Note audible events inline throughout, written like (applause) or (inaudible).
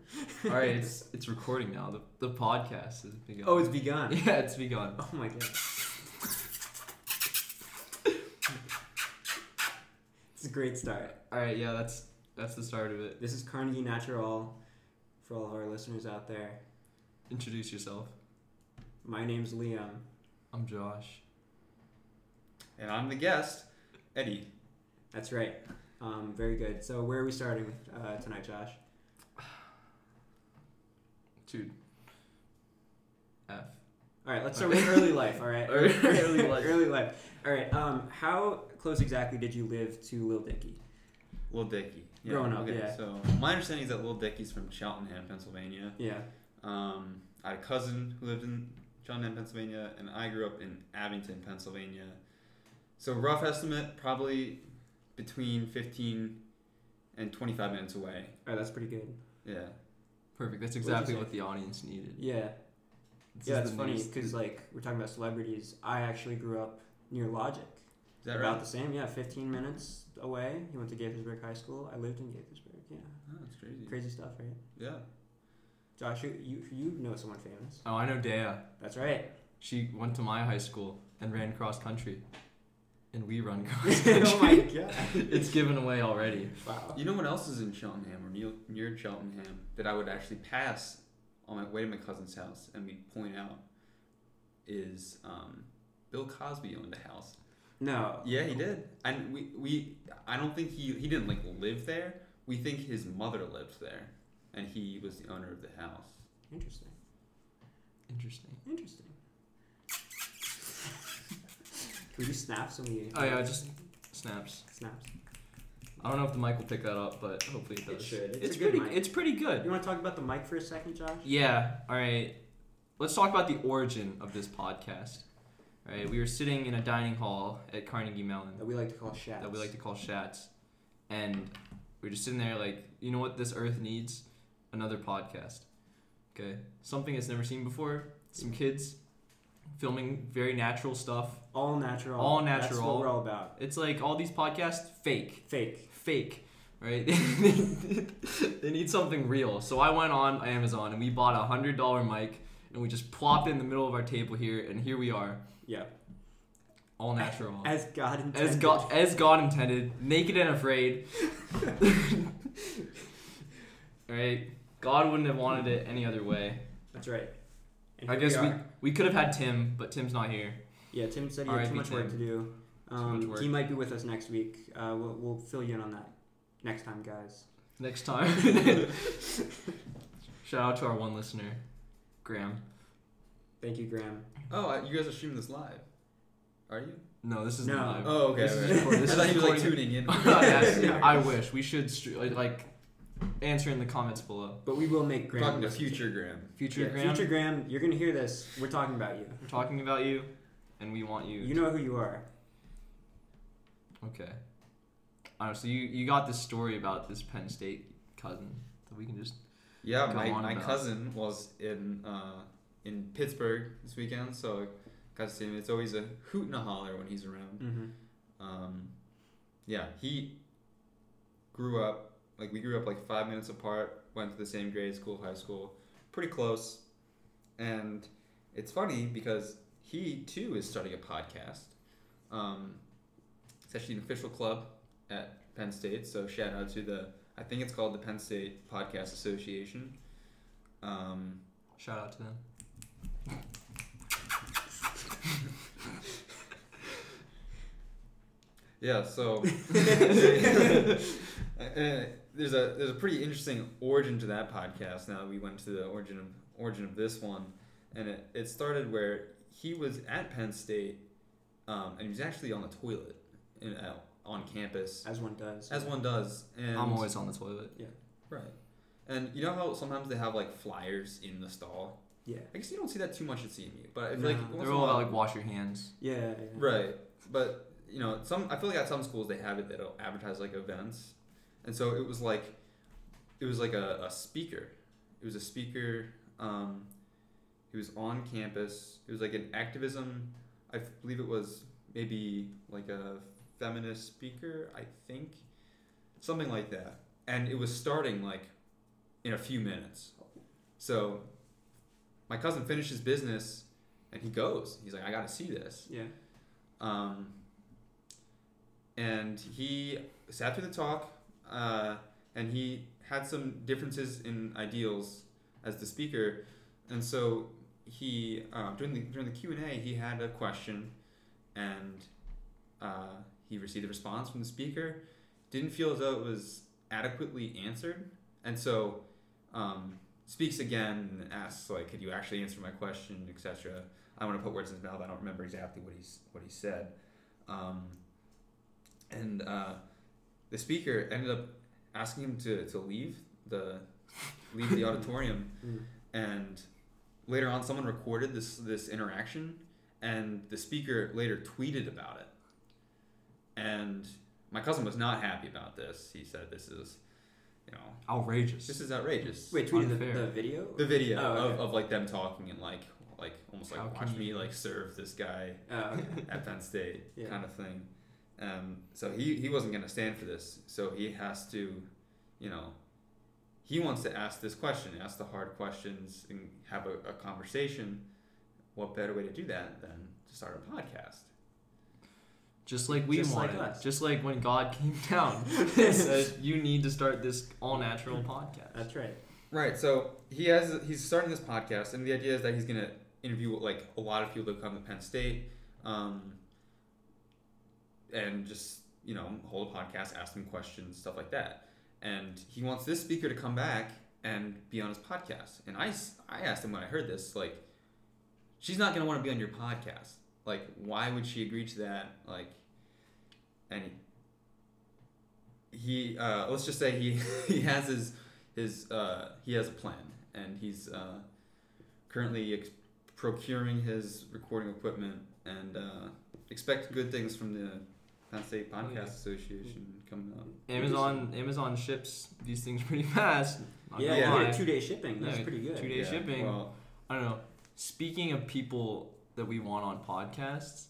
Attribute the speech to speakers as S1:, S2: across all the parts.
S1: (laughs) All right, it's it's recording now. The the podcast has begun.
S2: Oh, it's
S1: (laughs)
S2: begun. (laughs)
S1: yeah, it's begun.
S2: Oh my god. It's a great start.
S1: All right, yeah, that's that's the start of it.
S2: This is Carnegie Natural for all of our listeners out there.
S1: Introduce yourself.
S2: My name's Liam.
S1: I'm Josh.
S3: And I'm the guest, Eddie.
S2: That's right. Um, very good. So where are we starting with uh, tonight, Josh?
S1: Dude. F.
S2: All right, let's start with early life. All right,
S1: (laughs) Early- early life.
S2: life. (laughs) early life. All right. Um, how close exactly did you live to Lil Dicky?
S3: Lil Dicky.
S2: Growing up, yeah.
S3: So my understanding is that Lil Dicky's from Cheltenham, Pennsylvania.
S2: Yeah.
S3: Um, I had a cousin who lived in Cheltenham, Pennsylvania, and I grew up in Abington, Pennsylvania. So rough estimate, probably between 15 and 25 minutes away.
S2: All right, that's pretty good.
S3: Yeah.
S1: Perfect. That's
S2: What'd you
S1: exactly
S2: say?
S1: what the audience needed.
S2: Yeah.
S1: This
S2: yeah,
S1: is
S2: it's
S1: the
S2: funny
S1: news.
S2: because like we're talking about celebrities. I actually grew up near Logic.
S3: Is that
S2: About
S3: right?
S2: the same, yeah. 15 minutes away. He went to Gaithersburg High School. I lived in Gaithersburg. Yeah,
S3: Oh, that's crazy.
S2: crazy stuff, right?
S3: Yeah.
S2: Josh, you you, you know someone famous?
S1: Oh, I know Dea. (laughs)
S2: That's right. (laughs)
S1: She went to my high school and ran cross country, and we run (laughs) cross country.
S2: (laughs) oh my god!
S1: it's given away already.
S2: Wow.
S3: You know what else is in Cheltenham or near, near Cheltenham that I would actually pass on my way to my cousin's house and we point out is um, Bill Cosby owned a house.
S2: No.
S3: Yeah, he did. And we, we I don't think he he didn't like live there. We think his mother lived there, and he was the owner of the house.
S2: Interesting.
S1: Interesting.
S2: Interesting. Can we snap some of the?
S1: Oh yeah, just snaps.
S2: snaps.
S1: I don't know if the mic will pick that up, but hopefully it
S2: It
S1: does.
S2: should. It's
S1: It's,
S2: a good
S1: pretty.
S2: mic.
S1: It's pretty good.
S2: You want to talk about the mic for a second, Josh?
S1: Yeah. All right. Let's talk about the origin of this podcast. All right. We were sitting in a dining hall at Carnegie Mellon
S2: That we like to call shats.
S1: that we like to call Shats, and we are just sitting there like, you know what this earth needs? Another podcast. Okay. Something it's never seen before. Some kids filming very natural stuff.
S2: all natural.
S1: All
S2: That's
S1: natural.
S2: what we're all about.
S1: It's like all these podcasts fake.
S2: Fake.
S1: fake, right? (laughs) they need something real. So I went on Amazon and we bought a hundred dollar mic and we just plopped it in the middle of our table here, and here we are,
S2: Yeah.
S1: all natural,
S2: (laughs) As God intended.
S1: Oh. as God as God intended, naked and
S2: (laughs)
S1: afraid. right? God wouldn't have wanted it any other way.
S2: That's right. And
S1: I
S2: here
S1: guess we, we
S2: are.
S1: could have had Tim, but Tim's not here.
S2: Yeah, Tim said he had
S1: RIP
S2: too much work to
S1: Tim.
S2: do.
S1: much
S2: Um,
S1: work.
S2: he might be with us next week. Uh, we'll, we'll fill you in on that next time, guys.
S1: Next
S2: (laughs)
S1: time. Shout out to our one listener, Graham.
S2: Thank you, Graham.
S3: Oh, I- you guys are streaming this live, are you?
S1: No, this is
S2: No.
S1: live.
S3: Oh, okay.
S1: This is
S3: okay.
S1: recorded- this
S3: (laughs) I thought
S1: is
S3: you were like
S1: recorded. (laughs)
S3: tuning in.
S1: Yes,
S2: Yeah.
S1: I wish we should str- like- like answer in the comments below.
S2: But we will make
S3: We're
S2: Graham.
S3: talking to
S2: listen
S3: future Graham.
S1: Future
S2: Yeah,
S1: Graham,
S2: Future Graham, you're gonna hear this. We're talking about you.
S1: we're talking about you, and we want you.
S2: You know who you are.
S1: okay. I don't know, so you you got this story about this Penn State cousin that we can just.
S3: Yeah,
S1: Go
S3: my,
S1: on
S3: my
S1: about.
S3: cousin was in uh, in Pittsburgh this weekend, so I got to see him. It's always a hoot and a holler when he's around.
S2: Mm-hmm.
S3: Um, yeah, he grew up like we grew up like five minutes apart. Went to the same grade school, high school, pretty close. And it's funny because he too is starting a podcast. Um, it's actually an official club at Penn State. So shout out to the I think it's called the Penn State Podcast Association. Um,
S1: Shout out to them.
S3: Yeah, so (laughs) Uh, there's a there's a pretty interesting origin to that podcast. Now that we went to the origin of origin of this one, and it, it started where he was at Penn State, um, and he was actually on the toilet in, uh, on campus,
S2: (laughs) As one does.
S3: as one does. And
S1: I'm always on the toilet.
S3: right, and you know how sometimes they have like flyers in the stall.
S2: Yeah.
S3: I guess you don't see that too much at CMU, but if
S2: No,
S3: like
S2: they're
S3: once
S1: They're
S3: in a
S1: all
S3: while-
S1: about like wash your hands.
S2: Yeah. yeah, yeah.
S3: Right, but you know, some I feel like at some schools they have it that'll advertise like events, and so it was like, it was like a, a speaker, it was a speaker. Um, he was on campus. It was like an activism. I f- believe it was maybe like a feminist speaker. I think something like that, and it was starting like in a few minutes. So my cousin finishes business and he goes. He's like, I got to see this.
S2: Yeah.
S3: Um, and he sat through the talk, uh, and he had some differences in ideals as the speaker, and so he um, during the during the Q and A he had a question, and uh, he received a response from the speaker, didn't feel as though it was adequately answered, and so um, speaks again and asks like, "Could you actually answer my question?" etc. I want to put words in his mouth. I don't remember exactly what he's what he said. Um, and uh, the speaker ended up asking him to, to leave the leave
S2: (laughs)
S3: the auditorium.
S2: Mm.
S3: And later on, someone recorded this this interaction, and the speaker later tweeted about it. And my cousin was not happy about this. He said, "This is, you know,
S1: Outrageous.
S3: this is outrageous."
S2: Wait, tweeted the,
S1: Unfair.
S2: the video?
S3: the video
S2: Oh, okay.
S3: of, of like them talking and like like almost like
S1: How can
S3: watch me
S1: you-
S3: like serve this guy
S2: Oh, okay.
S3: at Penn State
S2: Yeah.
S3: kind of thing. Um, so he, he wasn't going to stand for this. So he has to, you know, he wants to ask this question, ask the hard questions, and have a, a conversation. What better way to do that than to start a podcast?
S1: Just like we
S2: Just like
S1: wanted.
S2: us.
S1: Just like when God came (laughs)
S2: (laughs)
S1: down and
S3: (laughs)
S1: said, "You need to start this all natural podcast."
S2: That's right.
S3: Right. So he has he's starting this podcast, and the idea is that he's gonna interview like a lot of people that come to Penn State, um, and just you know hold a podcast, ask them questions, stuff like that. And he wants this speaker to come back and be on his podcast. And I s- I asked him when I heard this like, she's not gonna want to be on your podcast. Like, why would she agree to that? Like, and he uh, let's just say he (laughs) he has his his uh, he has a plan and he's uh, currently ex- procuring his recording equipment and uh, expect good things from the Penn State Podcast
S1: yeah.
S3: Association coming up.
S1: Amazon Amazon ships these things pretty fast. Not
S2: Yeah,
S1: gonna lie.
S3: yeah.
S2: two day shipping. That's
S1: Yeah,
S2: pretty good.
S1: two-day- Day shipping.
S3: Well,
S1: I don't know. Speaking of people that we want on podcasts,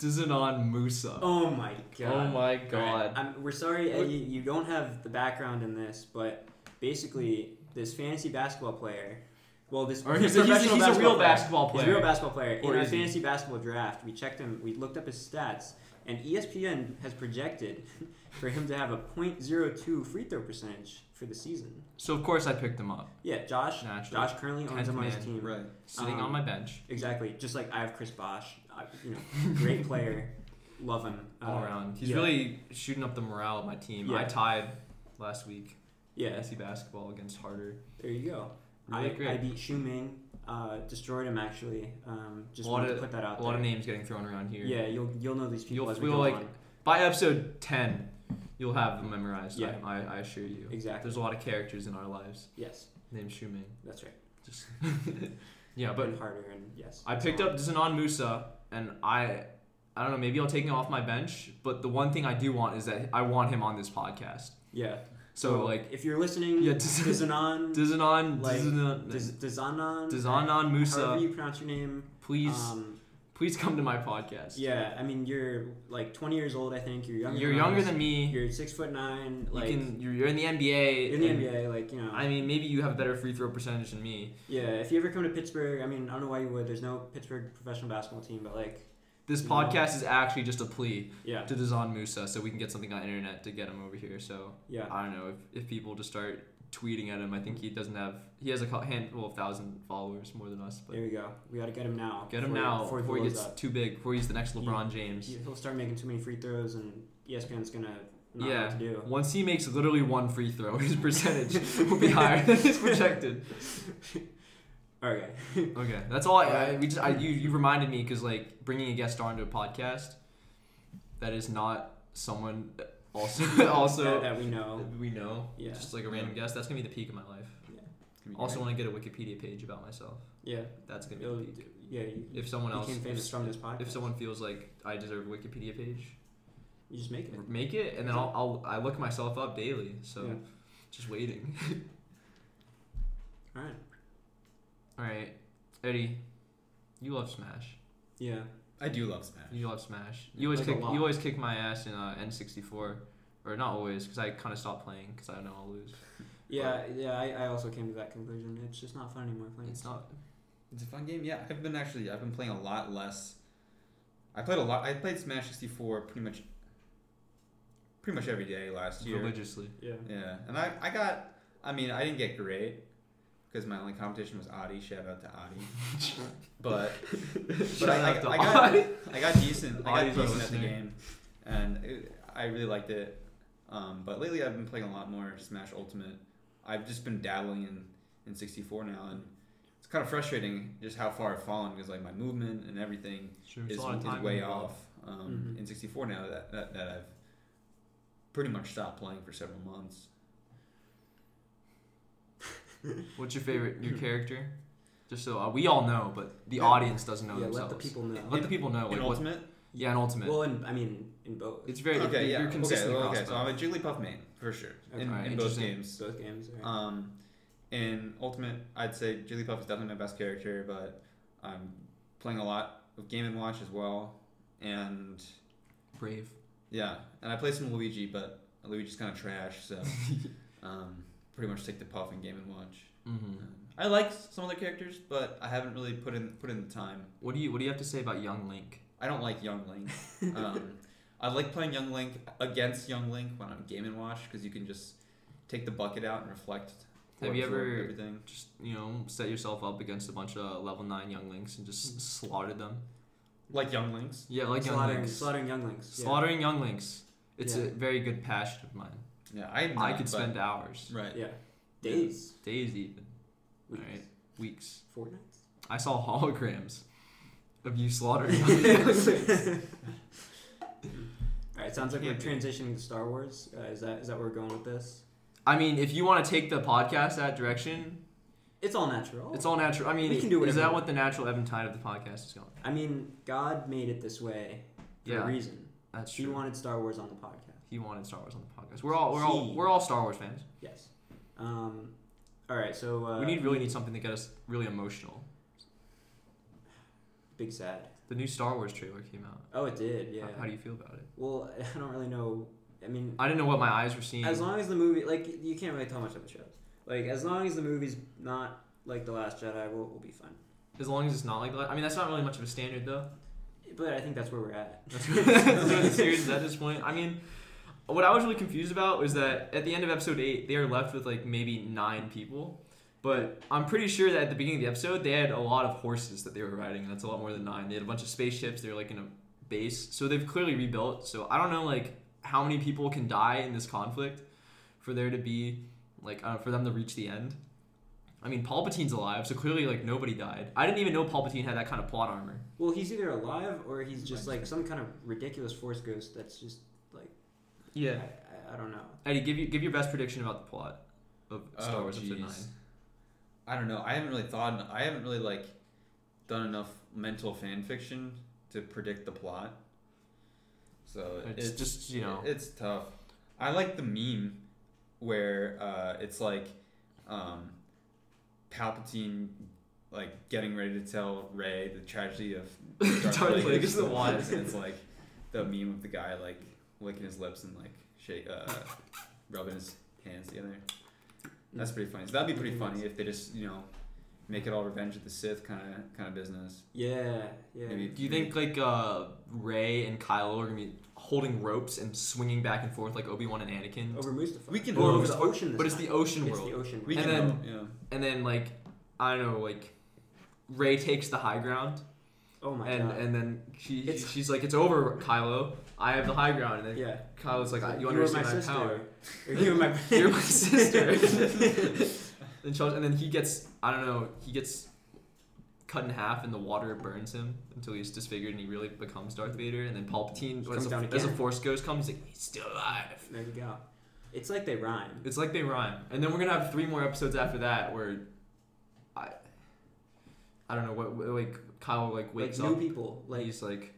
S1: Dizanon Musa.
S2: Oh my god.
S1: Oh my
S2: Alright,
S1: god.
S2: I'm, we're sorry,
S1: What-
S2: Eddie, you don't have the background in this, but basically, this fantasy basketball player. Well, this
S1: Or
S2: he's,
S1: he's,
S2: a
S1: a, he's, a, he's
S2: professional
S1: a real
S2: basketball player.
S1: basketball
S2: He's
S1: player.
S2: a real basketball player.
S1: Or
S2: in our
S1: is he?
S2: fantasy basketball draft, we checked him. We looked up his stats, and E ESPN has projected for him to have a .02 free throw percentage for the season.
S1: so of course I picked him up,
S2: Yeah, Josh.
S1: naturally,
S2: Josh currently owns
S1: Tenth
S2: him on his
S1: man.
S2: team.
S3: right.
S1: sitting
S2: um,
S1: on my bench,
S2: Exactly. Just like I have Chris Bosch. I, you
S1: (laughs)
S2: know, great player. Love him.
S1: all
S2: Uh,
S1: around. He's
S2: yeah.
S1: really shooting up the morale of my team. I
S2: Yeah.
S1: tied last week.
S2: Yeah,
S1: SC basketball against Harder.
S2: there you go.
S1: Really
S2: I,
S1: great.
S2: I beat Xu Ming. Uh, destroyed him actually. Um, just
S1: A lot
S2: wanted
S1: of-
S2: to put that out
S1: A lot
S2: there.
S1: of names getting thrown around here.
S2: Yeah, you'll you'll know these people
S1: You'll
S2: as we
S1: feel
S2: go
S1: like-
S2: on.
S1: By episode ten, you'll have them memorized.
S2: Yeah.
S1: I, I, I assure you.
S2: Exactly.
S1: There's a lot of characters in our lives
S2: Yes,
S1: named Shuming.
S2: that's right.
S1: Just (laughs) yeah, but
S2: and harder and yes.
S1: I picked up Zanon Musa, and I, I don't know. Maybe I'll take him off my bench. But the one thing I do want is that I want him on this podcast.
S2: Yeah.
S1: So
S2: Well,
S1: like,
S2: if you're listening,
S1: Yeah,
S2: yeah,
S1: Diz-
S2: Dizanon,
S1: Dizanon,
S2: like, Diz-
S1: Dizanon,
S2: Dizanon,
S1: Dizanon
S2: however
S1: Musa,
S2: you pronounce your name.
S1: please,
S2: Um,
S1: please come to my podcast.
S2: yeah, I mean you're like 20 years old, I think. You're younger.
S1: you're
S2: than
S1: younger
S2: us.
S1: than me.
S2: You're six foot nine.
S1: You
S2: Like
S1: can. You're, you're in the NBA.
S2: you're in the
S1: and-
S2: NBA, like you know.
S1: I mean, maybe you have a better free throw percentage than me.
S2: yeah, if you ever come to Pittsburgh, I mean, I don't know why you would. There's no Pittsburgh professional basketball team, but like,
S1: This
S2: No.
S1: podcast is actually just a plea
S2: yeah,
S1: to Dazan Musa so we can get something on internet to get him over here. So
S2: yeah,
S1: I don't know if, if people just start tweeting at him. I think he doesn't have he has a cou- handful of thousand followers more than us, but
S2: there we go. We gotta get him now.
S1: get him
S2: before-
S1: now
S2: before,
S1: before, he
S2: blows
S1: gets
S2: up.
S1: too big. Before he's the next
S2: He-
S1: LeBron James.
S2: He- He'll start making too many free throws, and E ESPN's gonna not know
S1: yeah.
S2: what to do.
S1: Once he makes literally one free throw, (laughs)
S2: (laughs)
S1: his percentage will be higher than is projected.
S2: Okay.
S1: Okay, that's all. I, I we just I, you you reminded me because like bringing a guest on to a podcast that is not someone
S2: (laughs)
S1: also
S2: that,
S1: also
S2: that we know.
S1: we know
S2: Yeah.
S1: just like a random guest. That's gonna be the peak of my life.
S3: It's gonna be
S1: Also,
S3: great.
S1: want to get a Wikipedia page about myself.
S2: Yeah.
S1: That's gonna be
S2: It'll-
S1: the peak.
S2: yeah. You,
S1: If someone else,
S2: became famous
S1: if,
S2: from this podcast.
S1: if someone feels like I deserve a Wikipedia page,
S2: you just make it.
S1: make it, and then I'll, I'll I look myself up daily. So,
S2: Yeah.
S1: just waiting. (laughs)
S2: All right.
S1: All right, Eddie, you love Smash.
S2: Yeah.
S3: I do love Smash.
S1: You love Smash. You always
S2: Like a
S1: kick.
S2: lot.
S1: You always kick my ass in uh, N64, or not always, because I kind of stopped playing because I know I'll lose.
S2: Yeah, yeah, I, I also came to that conclusion. It's just not fun anymore playing.
S1: It's not.
S3: It's a fun game. Yeah, I've been actually I've been playing a lot less. I played a lot. I played Smash 64 pretty much. Pretty much every day last year.
S1: Religiously.
S2: Yeah.
S3: Yeah, and I I got. I mean, I didn't get great because my only competition was Adi. Shout out to Adi. (laughs)
S1: (laughs)
S3: but but
S1: Shout
S3: I,
S1: out to
S3: I, I got
S1: Adi.
S3: I got decent. I
S1: Adi's
S3: got
S1: our
S3: decent at the
S1: listener.
S3: game, and it, I really liked it. Um, but lately, I've been playing a lot more Smash Ultimate. I've just been dabbling in in 64 now, and it's kind of frustrating just how far I've fallen because like my movement and everything
S1: Sure,
S3: is,
S1: it's a lot of
S3: is
S1: time
S3: way
S1: involved.
S3: off um,
S2: Mhm.
S3: in 64 now that, that, that I've pretty much stopped playing for several months.
S1: What's your favorite
S3: (laughs)
S1: your character? Just so uh, we all know, but the
S3: Yeah.
S1: audience doesn't know
S2: yeah, let
S1: themselves.
S2: the people know.
S1: Let the people know.
S3: In
S1: Like, Oh, what,
S3: Ultimate?
S1: yeah, an ultimate.
S2: Well, in, I mean, in both.
S1: it's very
S3: okay,
S1: you're,
S3: yeah.
S1: you're consistent
S3: okay, well,
S1: across
S3: okay, so
S1: both.
S3: I'm a Jigglypuff main, for sure,
S2: Okay.
S3: in,
S1: Alright,
S3: in both
S1: interesting.
S3: games.
S2: both games. Right?
S1: Uh,
S3: Um, in Ultimate, I'd say Jigglypuff is definitely my best character, but I'm playing a lot of Game and Watch as well, and
S1: brave.
S3: yeah, and I play some Luigi, but Luigi's kind of trash, so
S1: (laughs)
S3: um, pretty much stick to Puff and Game and Watch. Um,
S1: Mm-hmm.
S3: I like some other characters, but I haven't really put in put in the time.
S1: What do you What do you have to say about Young Link?
S3: I don't like Young Link.
S1: (laughs)
S3: Um, I like playing Young Link against Young Link when I'm Game and Watch because you can just take the bucket out and reflect. or
S1: Have you
S3: absorb
S1: ever-
S3: everything?
S1: Just you know, set yourself up against a bunch of level nine Young Links and
S2: Hmm.
S1: just slaughter them.
S3: like Young Links?
S1: Yeah, like Young
S2: slaughtering,
S1: Links.
S2: slaughtering younglings. yeah.
S1: Slaughtering Young Links. It's
S2: Yeah.
S1: a very good passion of mine.
S3: Yeah, I
S1: I could spend hours,
S3: right.
S2: Yeah. Days.
S1: days, even
S2: Weeks.
S1: Alright. weeks.
S2: Four nights.
S1: I saw (laughs) holograms of you
S2: (laughs)
S1: slaughtering.
S2: All right, sounds like we're
S3: Can't be.
S2: transitioning to Star Wars. Uh, is that is that where we're going with this?
S1: I mean, if you want to take the podcast that direction,
S2: It's all natural.
S1: It's all natural. I mean,
S2: We can do
S1: is
S2: whatever.
S1: that what the natural ebb and tide of the podcast is going?
S2: I mean, God made it this way for
S1: Yeah.
S2: a reason.
S1: That's
S2: He
S1: true.
S2: wanted Star Wars on the podcast.
S1: He wanted Star Wars on the podcast. We're all we're all
S2: He.
S1: we're all Star Wars fans.
S2: Yes. Um, all right, so uh,
S1: we need really need something to get us really emotional.
S2: big sad.
S1: The new Star Wars trailer came out.
S2: Oh, it did. Yeah.
S1: How, how do you feel about it?
S2: well, (laughs) I don't really know. I mean,
S1: I didn't know what my eyes were seeing.
S2: as long as the movie, like, you can't really tell much about the shows. Like, as long as the movie's not like the Last Jedi, we'll, we'll be fine.
S1: As long as it's not like that. I mean, that's not really much of a standard though.
S2: But I think that's where we're at.
S1: That's what
S2: (laughs)
S1: that's what the series is at this point. I mean, what I was really confused about was that at the end of episode eight, they are left with like maybe nine people. But I'm pretty sure that at the beginning of the episode, they had a lot of horses that they were riding. and That's a lot more than nine. They had a bunch of spaceships. They were like in a base, so they've clearly rebuilt. So I don't know like how many people can die in this conflict for there to be like uh, for them to reach the end. I mean, Palpatine's alive, so clearly like nobody died. I didn't even know Palpatine had that kind of plot armor.
S2: Well, he's either alive or he's just like some kind of ridiculous force ghost that's just like
S1: Yeah.
S2: I, I, I don't know.
S1: Eddie, give you give your best prediction about the plot of Star
S3: Oh,
S1: Wars Episode
S3: jeez.
S1: Nine.
S3: I don't know. I haven't really thought. en- I haven't really like done enough mental fan fiction to predict the plot. So
S1: It's just, you know.
S3: it's tough. I like the meme where uh, it's like um, Palpatine like getting ready to tell Ray the
S1: (laughs)
S3: tragedy of
S1: Darth Plagueis the Wise.
S3: And (laughs) it's like the meme of the guy like licking his lips and like shake, uh, rubbing his hands together. That's pretty funny. So that'd be pretty funny if they just you know make it all Revenge of the Sith kind of kind of business.
S2: Yeah, yeah.
S3: Maybe-
S1: Do you think like uh, Ray and Kylo are gonna be holding ropes and swinging back and forth like Obi Wan and Anakin?
S2: Over Mustafar.
S3: We can
S1: roll
S2: Or over
S1: this
S2: the
S1: o-
S2: ocean. This
S1: but it's the
S2: time.
S1: ocean
S2: It's
S1: world,
S2: the ocean.
S3: We
S1: And
S3: can
S1: then-
S3: go, yeah.
S1: and then like I don't know, like Ray takes the high ground,
S2: oh my
S1: and
S2: god.
S1: and then she
S2: It's-
S1: she's like, "It's over, Kylo. I have the high ground." And then
S2: yeah.
S1: Kylo's like, "I- "You
S2: were my
S1: understand my
S2: sister. (laughs)
S1: power?"
S2: Or you were my
S1: (laughs) You're
S2: (laughs)
S1: my sister. And Charles, and then he gets I don't know, he gets cut in half and the water burns him until he's disfigured and he really becomes Darth Vader. And then Palpatine,
S2: Comes
S1: as a,
S2: down
S1: as a
S2: again.
S1: Force Ghost, comes he's like he's still alive. (laughs)
S2: there you go. It's like they rhyme.
S1: It's like they rhyme. And then we're gonna have three more episodes after that where I I don't know what what- like Kyle like wakes
S2: like new
S1: up
S2: people.
S1: and
S2: Like
S1: he's like,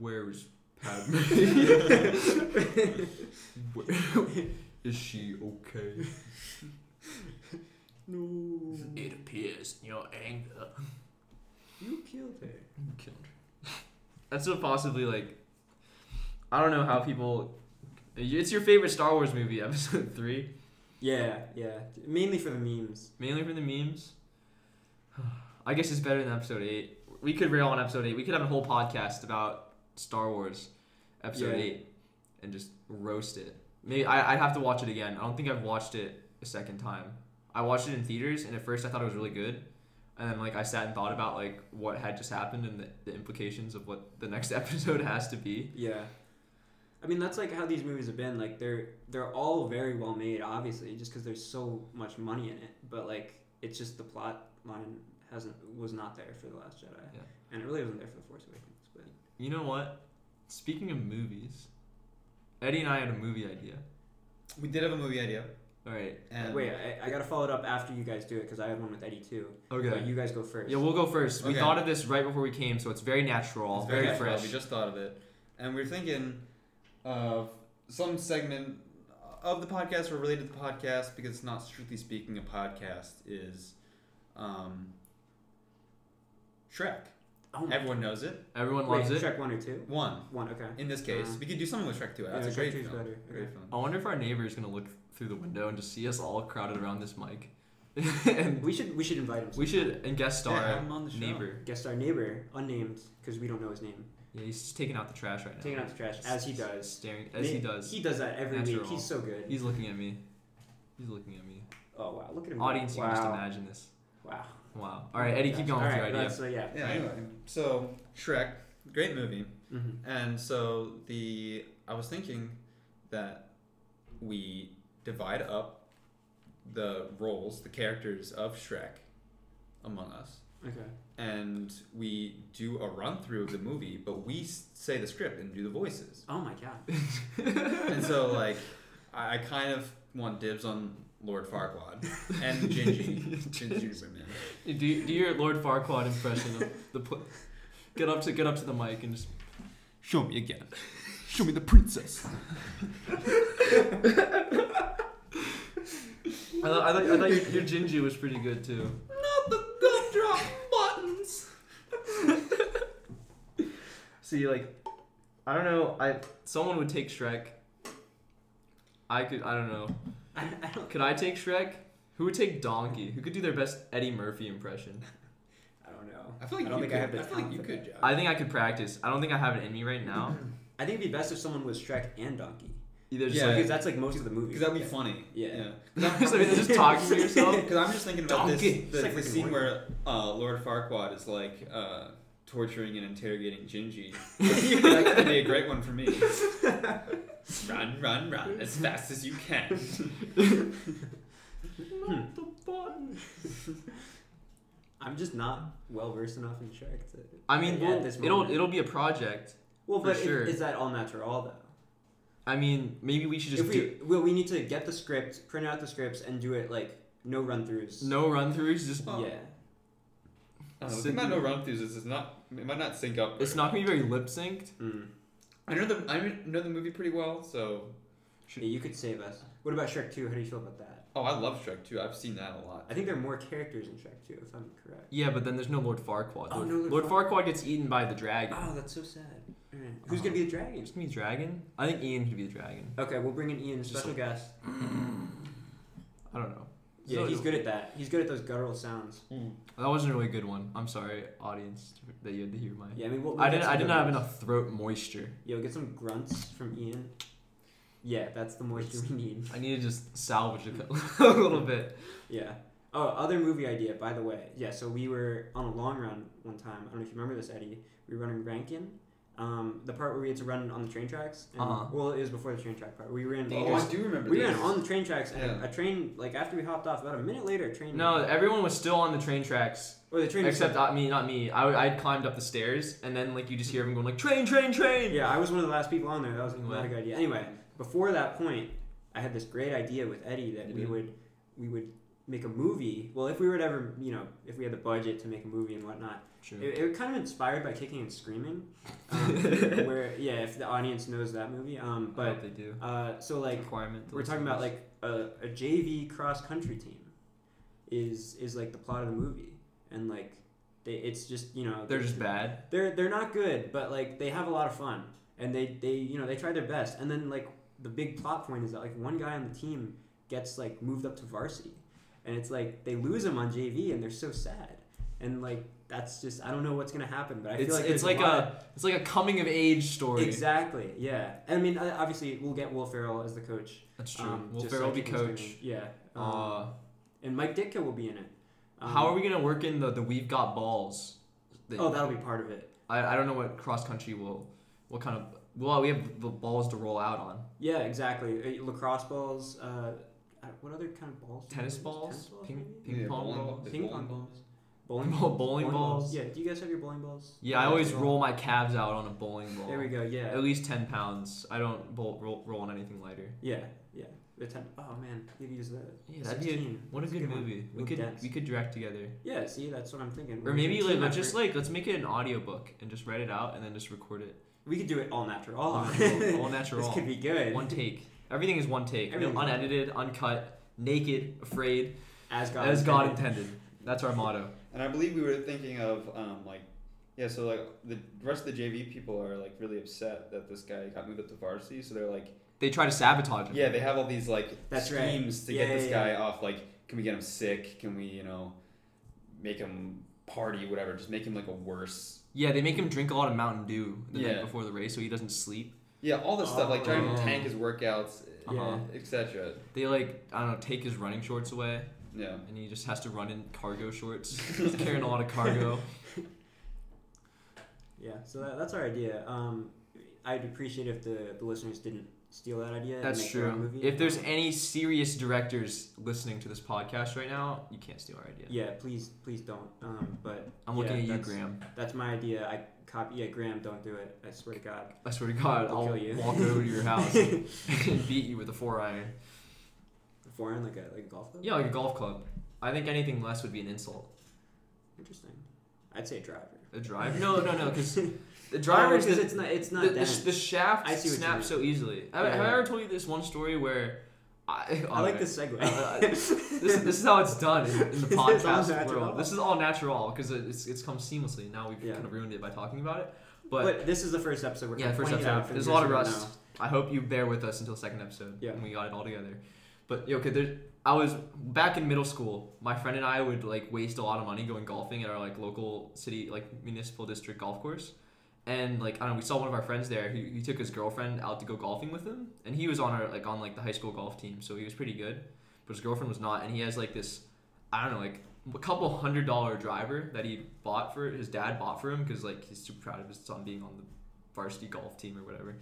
S1: where's Padme?
S2: (laughs)
S1: Where- Is she okay?
S2: no.
S1: It appears in your anger.
S2: You killed her.
S1: killed. That's what possibly like. I don't know how people. It's your favorite Star Wars movie, (laughs) Episode Three.
S2: Yeah, yeah. Mainly for the memes.
S1: Mainly for the memes. (sighs) I guess it's better than episode eight. We could rail on episode eight. We could have a whole podcast about Star Wars, episode
S2: Yeah.
S1: eight, and just roast it. Maybe I, I'd have to watch it again. I don't think I've watched it a second time. I watched it in theaters, and at first I thought it was really good, and then like I sat and thought about like what had just happened and the, the implications of what the next (laughs) episode has to be.
S2: Yeah. I mean, that's like how these movies have been. Like they're they're all very well made, obviously, just because there's so much money in it. But like, it's just the plot line hasn't was not there for the Last Jedi,
S1: Yeah.
S2: and it really wasn't there for the Force Awakens. But
S1: You know what? Speaking of movies, Eddie and I had a movie idea.
S3: We did have a movie idea,
S1: All right.
S3: and
S2: wait, I, I gotta follow it up after you guys do it because I have one with Eddie too.
S1: Okay.
S2: But you guys go first.
S1: Yeah, we'll go first. We
S3: Okay.
S1: thought of this right before we came, so it's very natural,
S3: It's
S1: very,
S3: very fresh.
S1: fresh.
S3: We just thought of it, and we are thinking of some segment of the podcast or related to the podcast because it's not strictly speaking a podcast. Is um, Shrek?
S2: oh my.
S3: Everyone knows it.
S1: Everyone
S2: Wait,
S1: loves it.
S2: Shrek one or two?
S3: One
S2: One. Okay.
S3: in this case,
S2: Uh-huh.
S3: we could do something with Shrek too. That's
S2: Yeah,
S3: a
S2: Shrek
S3: great
S2: 2 is
S3: film.
S2: better.
S3: A Great
S2: Okay.
S3: film.
S1: I wonder if our neighbor is gonna look through the window and just see us all crowded around this mic, (laughs) and
S2: (laughs) We should we should invite him.
S1: we should and guest star
S3: Yeah, have him on the show.
S1: neighbor.
S2: guest our neighbor, unnamed, because we don't know his name.
S1: Yeah, he's just taking out the trash right now.
S2: Taking out the trash as he does.
S1: Staring as he
S2: Ma-
S1: does.
S2: He does that every
S1: Natural.
S2: week. He's so good.
S1: He's looking at me. He's looking at me.
S2: oh wow, look at him. go.
S1: Audience, you
S2: wow.
S1: can just imagine this.
S2: Wow.
S1: Wow. All right, Eddie, keep going
S2: All
S1: with
S2: right,
S1: your idea.
S2: that's- uh, yeah.
S3: Yeah. Anyway, so Shrek, great movie.
S2: hmm
S3: And so the I was thinking that we divide up the roles, the characters of Shrek among us,
S2: Okay.
S3: and we do a run through of the movie, but we s- say the script and do the voices.
S2: Oh my god. (laughs)
S3: And (laughs) so like I, I kind of want dibs on Lord
S1: (laughs)
S3: Farquaad and Gingy. (laughs) Gingy women.
S1: do, do your Lord Farquaad impression of the pl- get up to get up to the mic and just
S3: Show me again. Show me the princess.
S1: I, thought- I, thought- I thought your Gingy was pretty good too.
S3: Not the gumdrop buttons.
S1: See, like, I don't know. I someone would take Shrek. I could. I don't know.
S2: I, I don't.
S1: Could I take Shrek? Who would take Donkey? Who could do their best Eddie Murphy impression?
S2: I don't know.
S3: I feel like
S2: I don't
S3: you
S2: think
S3: could,
S2: I have the
S3: feel like you
S2: talent for
S3: could,
S2: that.
S3: Jack.
S1: I think I could practice. I don't think I have it in me right now.
S2: I think it'd be best if someone was Shrek and Donkey.
S1: Either just
S3: Yeah.
S1: like
S2: Because that's like most of the movie.
S3: Because that'd be funny.
S2: Yeah.
S3: Because
S1: So it's (laughs) just talking to yourself?
S3: I'm just thinking about
S1: Donkey.
S3: this the,
S2: It's like
S3: the
S2: freaking
S3: scene
S2: Morty.
S3: where uh, Lord Farquaad is like uh, torturing and interrogating Gingy. that could be a great one for me. run, run, run as fast as you can.
S1: not (laughs) the button.
S2: I'm just not well versed enough in Shrek to.
S1: I mean,
S2: at
S1: we'll-
S2: this
S1: it'll
S2: moment.
S1: it'll be a project.
S2: Well,
S1: for
S2: but i-
S1: sure.
S2: is that all natural though?
S1: I mean, maybe we should just
S2: if we
S1: do
S2: well, we need to get the script, print out the scripts, and do it like no run throughs.
S1: no run throughs. Just
S3: Oh.
S2: Yeah.
S3: I don't
S1: Sit-
S3: know, Uh, the amount of run throughs is not. It might not sync up.
S1: it's not gonna be very lip synced.
S2: Mm.
S3: I know the I know the movie pretty well, so.
S2: Yeah, you could save us. What about Shrek Two? How do you feel about that?
S3: Oh, I love Shrek too. I've seen that a lot.
S2: I think there are more characters in Shrek Two, if I'm correct.
S1: Yeah, but then there's no Lord Farquaad.
S2: Oh,
S1: Lord,
S2: no Lord
S1: Lord
S2: Farquaad.
S1: Farquaad gets eaten by the dragon.
S2: Oh, that's so sad. All right. Who's gonna be the dragon?
S1: Just gonna be dragon. I think Ian could be the dragon.
S2: Okay, we'll bring in Ian,
S1: Just
S2: special guest.
S1: I don't know.
S2: Yeah,
S1: So-
S2: he's good at that. He's good at those guttural sounds.
S3: Hmm.
S1: That wasn't a really good one. I'm sorry, audience, that you had to hear my.
S2: Yeah, I mean, we'll,
S1: I
S2: we'll get
S1: didn't.
S2: some
S1: I didn't have
S2: grunts.
S1: enough throat moisture.
S2: Yo, get some grunts from Ian. Yeah, that's the moisture (laughs) we need.
S1: I need to just salvage a, cou- (laughs) a little bit.
S2: Yeah. Oh, other movie idea, by the way. Yeah, so we were on a long run one time. I don't know if you remember this, Eddie. We were running Rankin. Um, the part where we had to run on the train tracks. And,
S1: Uh-huh.
S2: Well, it was before the train track part. We ran.
S1: Oh, I
S3: do remember.
S2: we ran on the train tracks, and
S3: Yeah.
S2: a train like after we hopped off, about a minute later, a train.
S1: No, everyone was still on the train tracks
S2: or the train.
S1: except not me. Not me. I would- I'd climbed up the stairs and then like you just hear them going like train, train, train.
S2: Yeah, I was one of the last people on there. That was not
S1: Wow.
S2: a good idea. Anyway, before that point, I had this great idea with Eddie that
S3: You
S2: we
S1: Mm-hmm.
S3: did?
S2: would we would make a movie. Well, if we were to ever, you know, if we had the budget to make a movie and whatnot,
S1: True.
S2: it, it was kind of inspired by Kicking and Screaming, (laughs) um, (laughs)
S1: (laughs)
S2: where yeah, if the audience knows that movie. Um,
S1: I hope
S2: but
S1: they do.
S2: uh, so like
S1: requirement. to
S2: we're
S1: listen
S2: talking
S1: to
S2: about
S1: this.
S2: like a, a JV cross country team is is like the plot of the movie and like they it's just you know
S1: they're just bad.
S2: they're they're not good, but like they have a lot of fun, and they they you know they try their best, and then like the big plot point is that like one guy on the team gets like moved up to varsity, and it's like they lose him on JV and they're so sad, and like that's just I don't know what's gonna happen, but I
S1: it's
S2: feel like
S1: it's
S2: there's
S1: like
S2: lot
S1: a, it's like a coming of age story.
S2: exactly yeah. I mean I- obviously we'll get Will Ferrell as the coach.
S1: That's true.
S2: um,
S1: Will
S2: just
S1: Ferrell
S2: like
S1: be
S2: he's doing-
S1: coach.
S2: Yeah, um,
S1: Uh,
S2: and Mike Ditka will be in it. Um,
S1: how are we gonna work in the the we've got balls? The-
S2: Oh, that'll be part of it.
S1: I, I don't know what cross country will, what kind of well we have the balls to roll out on
S2: Yeah, exactly. Uh, Lacrosse balls. Uh, I- what other kind of balls? do you
S1: tennis
S2: use?
S1: balls,
S2: Tennis balls
S1: ping,
S2: maybe?
S1: ping
S3: Yeah,
S1: pong
S3: bowling
S1: balls.
S3: balls.
S2: Ping
S3: Bowling
S2: pong
S3: balls?
S2: balls.
S1: (laughs)
S2: Bowling
S1: Bowling balls.
S2: Yeah. Do you guys have your bowling balls?
S1: Yeah, I always roll my calves out on a bowling ball.
S2: There we go.
S1: At
S2: Yeah.
S1: least ten pounds. I don't bowl, roll roll on anything lighter.
S2: Yeah. Yeah. The ten. Oh man, you use the.
S1: Yeah, that'd be a,
S2: 16.
S1: what a
S2: It's
S1: good,
S2: one.
S1: movie. We
S2: Look
S1: could
S2: dense.
S1: we could direct together,
S2: Yeah. See, that's what I'm thinking.
S1: or
S2: We're
S1: maybe
S2: a
S1: like
S2: team
S1: let's just
S2: effort.
S1: like let's make it an audiobook and just write it out and then just record it.
S2: we could do it all natural.
S1: All natural, all natural.
S2: (laughs) this could be good.
S1: One take. Everything is one take. No,
S2: Everything's one-
S1: unedited, uncut, naked, afraid,
S2: as God.
S1: as God
S2: intended.
S1: intended. That's our motto.
S3: And I believe we were thinking of um, like, yeah, so like the rest of the JV people are like really upset that this guy got moved up to varsity. So they're like,
S1: They try to sabotage him.
S3: yeah, they have all these like
S2: That's right.
S3: schemes to
S2: Yeah,
S3: get this
S2: yeah,
S3: guy
S2: yeah.
S3: off. Like, can we get him sick? Can we, you know, make him party? Whatever. Just make him like a worse.
S1: Yeah, they make him drink a lot of Mountain Dew the night
S3: Yeah.
S1: before the race so he doesn't sleep.
S3: Yeah, all this stuff like trying
S1: Oh.
S3: to tank his workouts,
S1: Uh-huh.
S3: etc.
S1: They like I don't know, take his running shorts away
S3: Yeah.
S1: and he just has to run in cargo
S2: (laughs)
S1: shorts. He's carrying a lot of cargo.
S2: Yeah. So that, that's our idea. Um, I'd appreciate if the, the listeners didn't steal that idea. and
S1: That's
S2: make their own
S1: true.
S2: Movie. Um,
S1: If there's any serious directors listening to this podcast right now, you can't steal our idea.
S2: Yeah, please, please don't. Um, but
S1: I'm
S2: yeah,
S1: looking at you,
S2: that's-
S1: Graham.
S2: That's my idea. I copy. Yeah, Graham, don't do it. I swear to God.
S1: I swear to (laughs) God,
S2: We'll
S1: I'll
S2: kill you.
S1: walk over to
S2: (laughs)
S1: your house and (laughs) beat you with a four iron.
S2: Foreign, like a like a golf club.
S1: Yeah, like a golf club. I think anything less would be an insult.
S2: Interesting. I'd say driver.
S1: A drive? No, no, no,
S2: (laughs)
S1: because (laughs) the
S2: Driver,
S1: driver is
S2: because
S1: the,
S2: Oh, it's not. It's not
S1: the, the,
S2: dense.
S1: the shaft
S2: I see what you
S1: snaps so easily. Have,
S2: Yeah,
S1: have I
S2: yeah.
S1: ever told you this one story where I, (laughs)
S2: I like
S1: Alright.
S2: this segue.
S1: Uh, This,
S2: (laughs)
S1: this is how it's done in, in the
S2: This is all
S1: podcast
S2: natural.
S1: world. This is all natural because it's it's come seamlessly. Now we've
S2: Yeah.
S1: kind of ruined it by talking about it.
S2: but,
S1: But,
S2: this is the first episode. We're
S1: yeah, first
S2: pointing it out
S1: episode.
S2: for the
S1: There's a lot of
S2: listeners
S1: rust. I hope you bear with us until second episode.
S2: Yeah.
S1: And we got it all together. But yeah, okay, there. I was back in middle school. My friend and I would like waste a lot of money going golfing at our like local city, like municipal district golf course. And like I don't know, we saw one of our friends there. He, he took his girlfriend out to go golfing with him, and he was on our like on like the high school golf team, so he was pretty good. But his girlfriend was not, and he has like this, I don't know, like a couple hundred dollar driver that he bought for his dad bought for him because like he's super proud of his son being on the varsity golf team or whatever.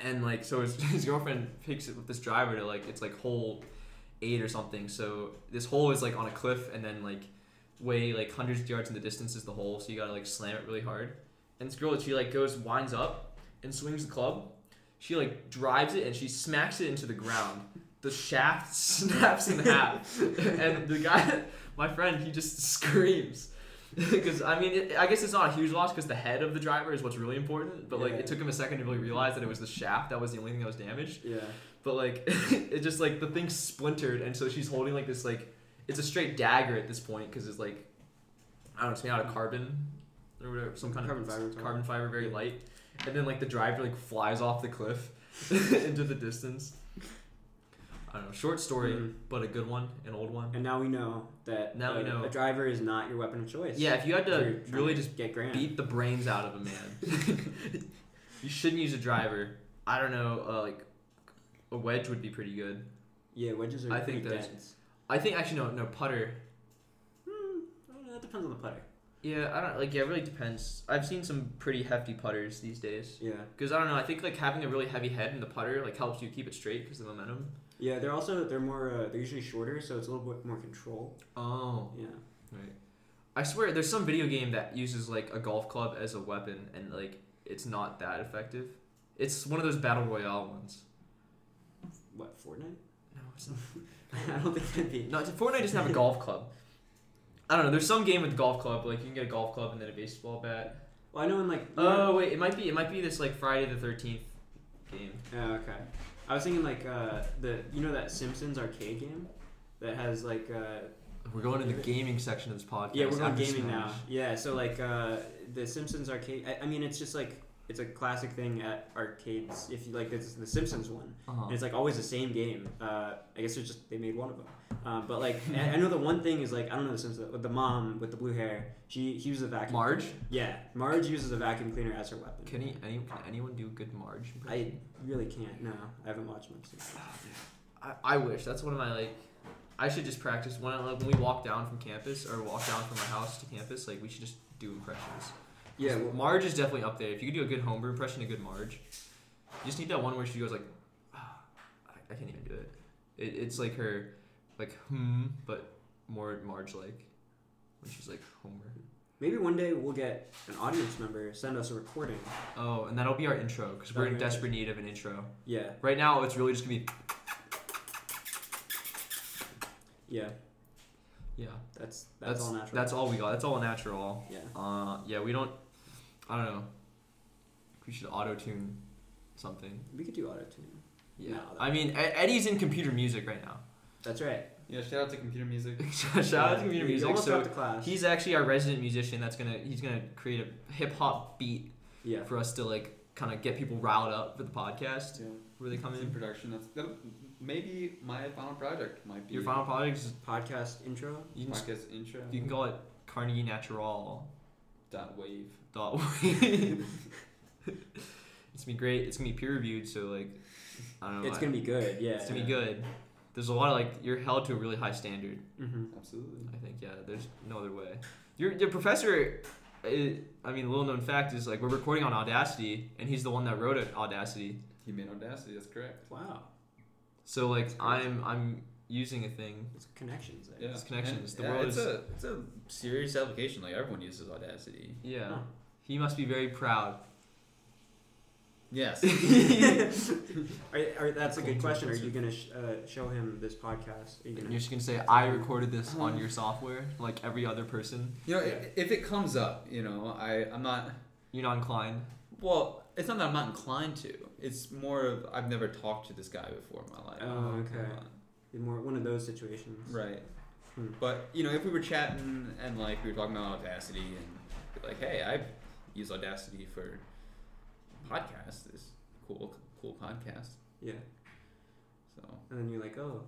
S1: And like so his, (laughs) his girlfriend picks it with this driver to like it's like hole eight or something. So this hole is like on a cliff and then like way like hundreds of yards in the distance is the hole, so you gotta like slam it really hard. And this girl she like goes winds up and swings the club. She like drives it and she smacks it into the ground. The shaft (laughs) snaps in half, and the guy, my friend, he just screams. (laughs) Because I mean, it, I guess it's not a huge loss because the head of the driver is what's really important. But like,
S2: Yeah.
S1: it took him a second to really realize that it was the shaft that was the only thing that was damaged
S2: now. Yeah.
S1: but like (laughs) it just like the thing splintered and so she's holding like this like it's a straight dagger at this point because it's like i don't know it's made out of carbon or whatever some kind
S2: Carbon
S1: of
S2: fiber, sorry.
S1: carbon fiber very
S2: Yeah.
S1: light and then like the driver like flies off the cliff (laughs) into the distance i don't know short story
S2: Mhm.
S1: but a good one an old one
S2: And now we know that
S1: Now
S2: a,
S1: we know.
S2: a driver is not your weapon of choice.
S1: yeah if you had
S2: If you're
S1: to
S2: trying
S1: really
S2: to
S1: just
S2: get Graham.
S1: beat the brains out of a man (laughs) you shouldn't use a driver i don't know uh, like a wedge would be pretty good
S2: Yeah, wedges are
S1: I
S2: pretty
S1: think that's-
S2: dense.
S1: i think actually no no putter
S2: Hmm, I don't know, that depends on the putter.
S1: Yeah, I don't like. Yeah, it really depends. I've seen some pretty hefty putters these days.
S2: Yeah.
S1: Because I don't know. I think like having a really heavy head in the putter like helps you keep it straight because the momentum.
S2: Yeah, they're also they're more uh, they're usually shorter, so it's a little bit more control.
S1: Oh.
S2: Yeah.
S1: Right. I swear, there's some video game that uses like a golf club as a weapon, and like it's not that effective. It's one of those battle royale ones.
S2: What Fortnite? (laughs)
S1: No, it's not.
S2: I don't think that'd be.
S1: No, it's- Fortnite doesn't have a golf club. I don't know. There's some game with golf club. Like you can get a golf club and then a baseball bat.
S2: Well, I know in like.
S1: Oh wait, it might be. It might be this like Friday the Thirteenth game.
S2: Oh, okay. I was thinking like uh, the you know that Simpsons arcade game that has like uh,
S1: We're going to the gaming section of this podcast.
S2: yeah we're on
S1: after
S2: gaming now
S1: Smash.
S2: yeah so like uh, the Simpsons arcade I, I mean it's just like it's a classic thing at arcades. If you like, this is the Simpsons one. And
S1: Uh-huh.
S2: it's like always the same game. Uh, I guess it's just they made one of them. Um, but like, I I know the one thing is like I don't know the Simpsons. but The mom with the blue hair, she, she uses a vacuum.
S1: Marge?
S2: Yeah, Marge uses a vacuum cleaner as her weapon.
S1: Can, he, any, can anyone do a good Marge?
S2: I really can't. No, I haven't watched much. Simpsons.
S1: I, I wish that's one of my like. I should just practice when I, like, when we walk down from campus or walk down from my house to campus. Like we should just do impressions.
S2: Yeah, well,
S1: Marge is definitely up there. If you could do a good homebrew impression, a good Marge. You just need that one where she goes like, "Ah, I, I can't even do it. it. It's like her, like hmm, but more Marge like when she's like Homer.
S2: maybe one day we'll get an audience member send us a recording.
S1: Oh, and that'll be our intro because we're in
S2: Okay.
S1: desperate need of an intro.
S2: Yeah,
S1: Right now, it's really just gonna be
S2: yeah,
S1: yeah.
S2: that's that's,
S1: That's
S2: all natural.
S1: That's all we got. That's all natural.
S2: yeah.
S1: Uh, yeah, we don't. I don't know. We should auto tune something.
S2: We could do auto tune.
S1: Yeah.
S2: No, that-
S1: I mean, E- Eddie's in computer music right now.
S2: That's right.
S3: Yeah, shout out to computer music.
S1: (laughs) Shout out to computer
S2: You
S1: music.
S2: almost
S1: So
S2: dropped a class.
S1: he's actually our resident musician. That's gonna he's gonna create a hip hop beat
S2: yeah.
S1: for us to like kind of get people riled up for the podcast where they come
S3: It's in
S1: in.
S3: production. That's that, maybe my final project might be
S1: Your final product is
S2: Podcast intro.
S1: you can,
S3: podcast intro.
S1: you can call it Carnegie Natural.
S3: dot wave.
S1: (laughs) dot wave. it's gonna be great. It's gonna be peer reviewed. So like, I don't know.
S2: It's
S1: I-
S2: gonna be good. Yeah.
S1: Oh, It's gonna be good. There's a lot of like you're held to a really high standard.
S2: Mm-hmm.
S3: Absolutely.
S1: I think yeah. There's no other way. Your your professor, i I mean, little known fact is like we're recording on Audacity, and he's the one that wrote it, Audacity.
S3: He made Audacity. That's correct.
S2: Wow.
S1: So like I'm I'm using a thing.
S2: It's connections there.
S3: Yeah.
S1: It's connections.
S3: And,
S1: The
S3: yeah,
S1: world
S3: it's
S1: is-
S3: a it's a serious application. Like everyone uses Audacity.
S1: Yeah.
S2: Huh.
S1: He must be very proud.
S3: (laughs)
S2: (laughs)
S3: Yes.
S2: Are, (laughs) are, that's a good
S1: Cool.
S2: question. Are you gonna sh- uh, show him this podcast? Are you
S1: You're
S2: gonna?
S1: just gonna say I recorded this on your software, like every other person.
S3: You know,
S2: Yeah.
S3: i if it comes up, you know, I I'm not.
S1: You're not inclined.
S3: Well, it's not that I'm not inclined to. It's more of I've never talked to this guy before in my life.
S2: Oh, okay. Be more one of those situations.
S3: Right.
S2: Hmm.
S3: But you know, if we were chatting and like we were talking about Audacity and like, hey, I've used Audacity for podcasts. This cool, cool podcast.
S2: Yeah.
S3: So
S2: And then you're like, oh,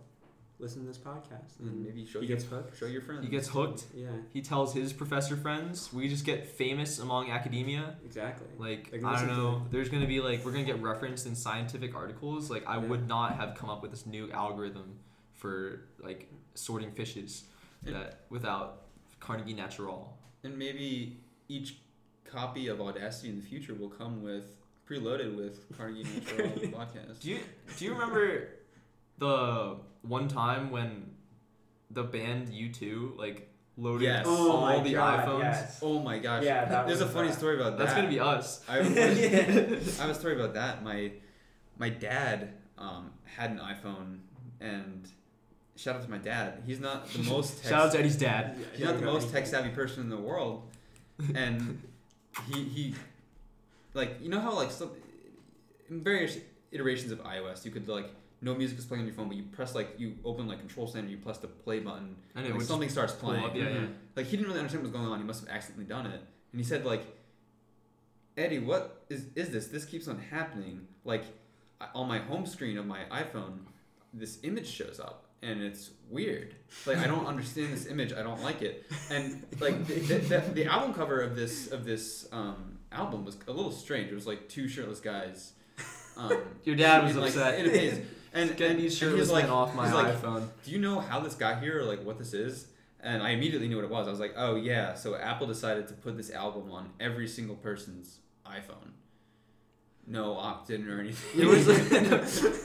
S2: listen to this podcast.
S3: and then maybe show
S2: he
S3: your
S2: gets hooked.
S3: show your friends.
S1: He gets hooked.
S2: Yeah.
S1: He tells his professor friends. We just get famous among academia.
S2: Exactly.
S1: Like
S2: Like,
S1: I
S2: listen
S1: don't
S2: to
S1: know,
S2: it.
S1: there's gonna be like we're gonna get referenced in scientific articles. Like I
S2: Yeah.
S1: would not have come up with this new algorithm for like sorting fishes
S3: And-
S1: that without Carnegie Natural.
S3: and maybe each copy of Audacity in the future will come with preloaded with Carnegie Natural (laughs) podcast.
S1: Do you do you remember the one time when the band U two like loaded
S3: Yes.
S2: Oh
S1: all
S2: my
S1: the
S2: God,
S1: iPhones? (laughs)
S2: yes.
S3: Oh my gosh!
S2: Yeah, that
S3: there's a
S2: was
S3: funny
S2: bad.
S3: story about that.
S1: That's gonna be us.
S3: I have a (laughs) funny-
S2: (laughs) Yeah.
S3: I have a story about that. My my dad um, had an iPhone, and shout out to my dad. He's not (laughs) the most tech,
S1: Shout out to Eddie's dad.
S2: Yeah,
S3: he's not the
S2: yeah.
S3: most tech savvy person in the world, and he he like you know how like some in various iterations of iOS you could like no music is playing on your phone, but you press like you open like Control Center, you press the play
S1: And
S3: button,
S1: it
S3: and
S1: would
S3: like,
S1: just
S3: something starts
S1: pull
S3: playing
S1: up. Yeah, yeah.
S2: Mhm.
S3: like he didn't really understand what was going on. He must have accidentally done it. And he said like, Eddie, what is is this? This keeps on happening. Like I- on my home screen of my iPhone, this image shows up, and it's weird. Like
S1: (laughs)
S3: I don't understand this image. I don't like it. And like the, the, the, the album cover of this of this um, album was a little strange. It was like two shirtless guys.
S2: (laughs)
S3: Um,
S1: Your (laughs) dad was
S3: in, like,
S1: upset. (laughs)
S3: In a maze.
S1: Get
S3: And, and,
S1: these
S3: and he's
S1: shirtless
S3: like,
S1: men off my
S3: he's like,
S1: iPhone.
S3: do you know how this got here or like what this is? And I immediately knew what it was. I was like, oh yeah, so Apple decided to put this album on every single person's iPhone. No opt-in
S1: (laughs)
S3: or anything. (laughs)
S1: It was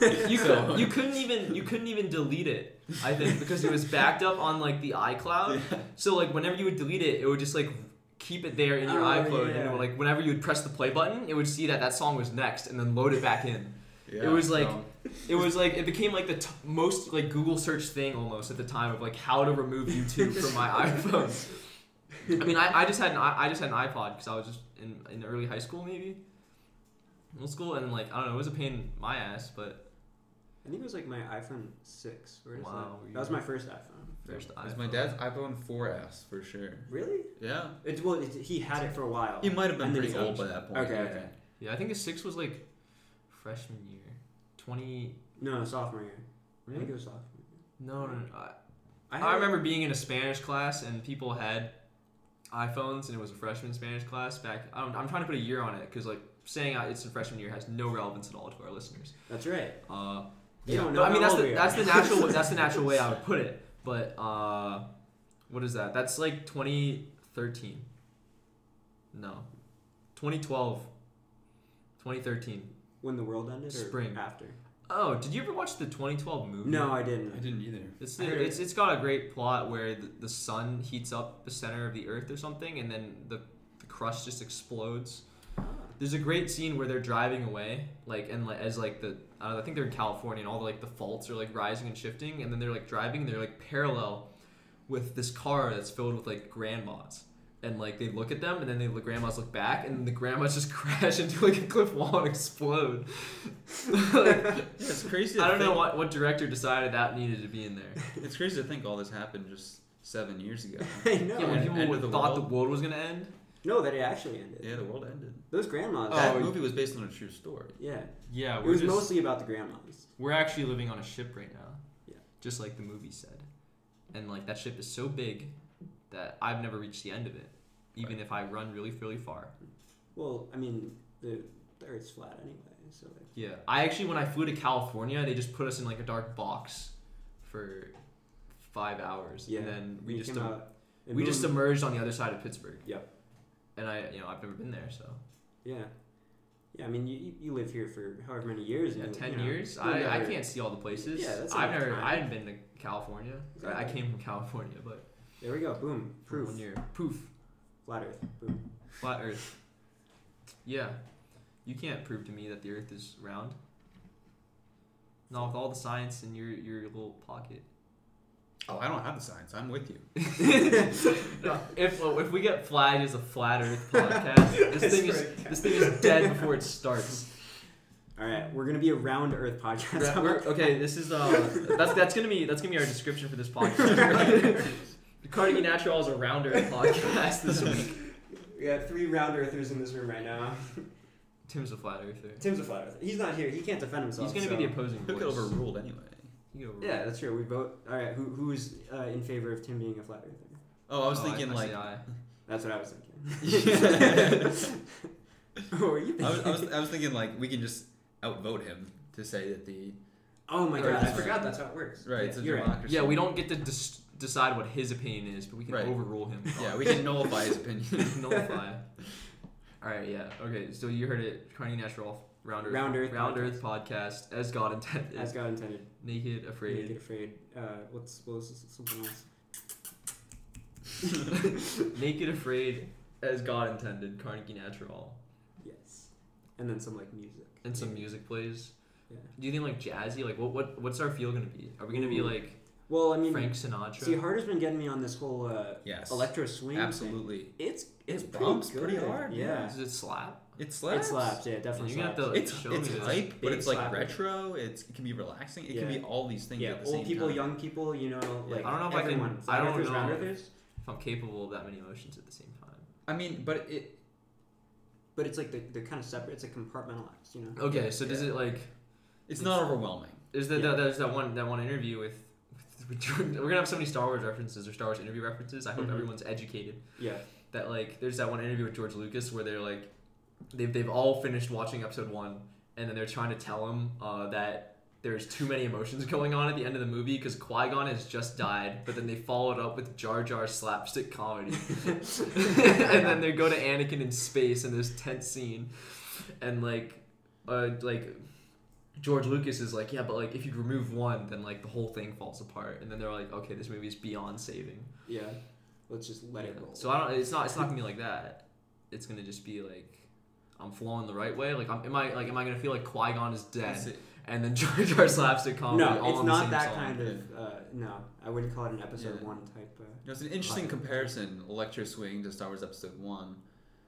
S2: (laughs)
S1: like (laughs) you,
S3: So-
S1: could, you couldn't even you couldn't even delete it. I think because it was backed up on like the iCloud.
S3: Yeah.
S1: So like whenever you would delete it, it would just like keep it there in your
S2: Oh,
S1: iCloud, and it
S2: yeah.
S1: would, like whenever you would press the play button, it would see that that song was next, and then load it back in.
S3: Yeah,
S1: was like-
S3: so-
S1: It was like it became like the t- most like Google search thing almost at the time of like how to remove YouTube from
S2: (laughs)
S1: my iPhone. I mean, I, I just had an I I just had an iPod because I was just in in early high school maybe, middle school, and like I don't know, it was a pain in my ass, but
S2: I think it was like my iPhone six. Where is
S1: Wow,
S2: that?
S1: you-
S2: That was my first iPhone.
S1: first
S3: It was my
S1: iPhone.
S3: dad's iPhone 4S for sure.
S2: Really?
S3: Yeah.
S2: It, well, it, he had it for a while.
S3: He might have been
S2: And then
S3: pretty
S2: he got
S3: old
S2: it.
S3: by that point.
S2: Okay. okay.
S1: Yeah, I think the six was like freshman year. Twenty.
S2: No, sophomore year. I think
S1: Really?
S2: it was sophomore. year.
S1: No, no. no. I,
S2: I, had
S1: I remember being in a Spanish class and people had iPhones and it was a freshman Spanish class back. I'm, I'm trying to put a year on it because like saying I- it's a freshman year has no relevance at all to our listeners.
S2: That's right.
S1: Uh,
S2: You
S1: yeah,
S2: don't
S1: no,
S2: know
S1: I mean
S2: how
S1: that's
S2: old
S1: the
S2: we
S1: that's
S2: are.
S1: the natural that's the natural way
S2: (laughs)
S1: I would put it. But uh, what is that? That's like 2013. No, 2012. 2013.
S2: When the world ended, or
S1: Spring.
S2: after.
S1: Oh, did you ever watch the 2012 movie?
S2: No, I didn't.
S3: I didn't either.
S1: It's
S2: I heard
S1: it's it's got a great plot where the, the sun heats up the center of the earth or something, and then the, the crust just explodes. There's a great scene where they're driving away, like and like, as like the I, don't know, I think they're in California, and all the like the faults are like rising and shifting, and then they're like driving, and they're like parallel with this car that's filled with like grandmas. And like they look at them, and then they the grandmas look back, and the grandmas (laughs) just crash into like a cliff wall and explode. (laughs) Like,
S3: Yeah, it's crazy. To
S1: I don't know
S3: think,
S1: what what director decided that needed to be in there.
S3: It's crazy to think all this happened just seven years
S1: (laughs)
S3: ago.
S2: (laughs) I know.
S1: Yeah, when
S3: and
S1: people
S3: end of the
S1: thought
S3: world.
S1: the world was gonna end.
S2: No, that it actually ended.
S3: yeah, the world ended.
S2: Those grandmas.
S3: that movie was based on a true story.
S2: yeah.
S1: Yeah,
S2: It was mostly about the grandmas.
S1: we're actually living on a ship right now.
S2: Yeah.
S1: Just like the movie said, and like that ship is so big that I've never reached the end of it, even if I run really really far.
S2: Well, I mean, the, the Earth's flat anyway, so like,
S1: Yeah, I actually when I flew to California, they just put us in like a dark box for five hours,
S2: Yeah,
S1: and then we
S2: you
S1: just
S2: came
S1: em-
S2: out- it
S1: we just
S2: moved-
S1: emerged on the other side of Pittsburgh.
S2: Yep.
S1: And I, you know, I've never been there, so
S2: yeah, yeah. I mean, you- you, you live here for however many years.
S1: Yeah,
S2: and you-
S1: ten
S2: you know,
S1: years.
S2: you'll
S1: I, I
S2: never-
S1: can't see all the places.
S2: Yeah, that's
S1: I've
S2: enough
S1: never.
S2: time.
S1: I haven't been to California. I- I
S2: Exactly.
S1: came from (laughs) California, but
S2: There we go. Boom.
S1: for
S2: Proof.
S1: one year. Poof.
S2: Flat Earth. Boom.
S1: Flat Earth. Yeah, you can't prove to me that the Earth is round. Not with all the science in your your little pocket. (laughs)
S3: Oh, I don't have the science. I'm with you.
S1: No, if well, if we get flagged as a flat
S2: (laughs)
S1: Earth podcast, (laughs) this thing is this thing is dead before it starts.
S2: All right, we're gonna be a round Earth podcast.
S1: We're-
S2: (laughs)
S1: we're- okay, this is uh, that's that's gonna be that's gonna be our description
S2: (laughs)
S1: for this podcast. The Carnegie Natural is a
S2: (laughs)
S1: rounder podcast this week.
S2: We have three round Earthers in this room right now.
S1: Tim's a flat earther.
S2: Tim's a flat Earth. He's not here. He can't defend himself.
S1: He's gonna
S2: so-
S1: be the opposing
S3: Who
S1: voice.
S3: got overruled anyway?
S1: He got overruled.
S2: Yeah, that's true. We vote. All right, who who's uh, in favor of Tim being a flat earther?
S3: Oh, I was
S1: Oh,
S3: thinking
S1: I
S3: like
S1: see eye.
S2: That's what I was (laughs) thinking.
S3: I,
S2: What were you thinking?
S3: was, (laughs) I was I was thinking like we can just outvote him to say that the
S2: oh my god,
S3: Earth
S2: I
S3: is-
S2: forgot that's how it works.
S3: right. it's a
S2: You're right.
S3: democracy.
S1: yeah, we don't get to dis- decide what his opinion is, but we can
S3: Right.
S1: overrule (laughs) him.
S3: Yeah, we can nullify his opinion.
S1: (laughs) nullify. All right, yeah, okay. So you heard it, Carnegie Natural Round Earth,
S2: Round Earth
S1: Round
S2: podcast.
S1: Earth podcast, as God intended,
S2: As God intended.
S1: naked, afraid.
S2: Make it afraid. Uh, what's what was something else? (laughs)
S1: Naked Afraid as God intended, Carnegie Natural.
S2: Yes. And then some like music.
S1: And some music plays.
S2: Yeah.
S1: Do you think like jazzy? Like what, what what's our feel gonna be? Are we gonna be
S2: Ooh.
S1: like
S2: Well, I mean,
S1: Frank Sinatra?
S2: see, Harder's been getting me on this whole uh,
S3: yes,
S2: electro swing. thing.
S3: absolutely.
S2: It's it's
S3: It
S2: pretty
S3: bumps
S2: good.
S3: pretty hard,
S2: Yeah.
S1: Does it slap?
S3: It
S2: It
S3: slaps.
S2: slaps. Yeah, definitely.
S1: You got
S2: slaps.
S1: the-
S3: It's
S1: Show
S3: it's
S1: me this.
S3: hype, but
S2: Big
S3: it's like
S2: slapper.
S3: retro. It's it can be relaxing. It can
S2: Yeah.
S3: be all these things.
S2: yeah,
S3: at the
S2: old
S3: same
S2: people,
S3: time.
S2: young people, you know, like
S1: I don't know if I can-
S2: everyone.
S1: I don't
S2: Flat earthers, round
S1: know.
S2: earthers.
S1: If I'm capable of that many emotions at the same time.
S3: I mean, but it
S2: But it's like they're, they're kind of separate. It's like compartmentalized, you know.
S1: Okay, so does
S3: Yeah.
S1: it like
S3: it's
S1: It's-
S3: not overwhelming.
S1: is that
S2: Yeah.
S1: there's that one that one interview with (laughs) with Jordan- we're gonna have so many Star Wars references or Star Wars interview references. I hope
S2: Mhm.
S1: everyone's educated.
S2: Yeah.
S1: that like there's that one interview with George Lucas where they're like they've, they've all finished watching episode one and then they're trying to tell him uh, that there's too many emotions going on at the end of the movie because Qui-Gon has just died but then they follow it up with Jar Jar slapstick comedy and then they go to Anakin in space and there's tense scene and like uh, like George Lucas is like yeah but like if you remove one then like the whole thing falls apart and then they're like okay this movie is beyond saving
S2: Yeah. Let's just let it
S1: yeah.
S2: roll.
S1: So I don't. It's not. It's not gonna be like that. It's gonna just be like I'm flowing the right way. Like I'm, am I like am I gonna feel like Qui Gon is
S3: That's
S1: dead
S3: it.
S1: and then (laughs) Jar Jar slapstick comedy?
S2: no,
S1: all
S2: it's
S1: on the
S2: not
S1: same
S2: that
S1: song? (laughs)
S2: kind of. Uh, no, I wouldn't call it an episode
S3: Yeah.
S2: one type. Uh,
S3: You know, it's an interesting
S2: Right.
S3: comparison, Electro Swing to Star Wars Episode One.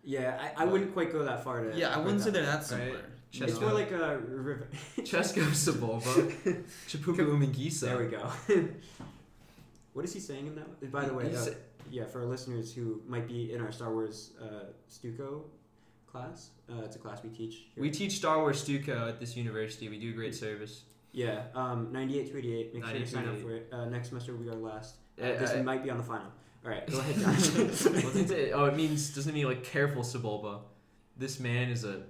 S2: yeah, I, I
S3: Right.
S2: wouldn't quite go that far to. uh,
S3: Yeah, I
S2: put
S3: wouldn't say
S2: that.
S3: they're that
S1: Right.
S3: similar.
S1: Ch-
S2: It's
S1: No.
S2: more like a. Rev- (laughs)
S1: Chesko Sabova, Chapuka Umigisa.
S2: there we go. (laughs) what is he saying in that? By the way,
S1: He's-
S2: uh, yeah, for our listeners who might be in our Star Wars uh, Stuco, class. Uh, it's a class we teach. here.
S1: We teach Star Wars Stuco at this university. We do great service.
S2: yeah, um, 98 to 88. Make sure you sign up
S1: 98.
S2: for it. Uh, next semester we are last. Uh,
S1: Uh,
S2: this
S1: uh,
S2: might be on the final. All
S1: (laughs)
S2: right, go ahead,
S1: What's it
S2: John.
S1: say? Oh, it means doesn't it mean like careful, Sebulba. This man is a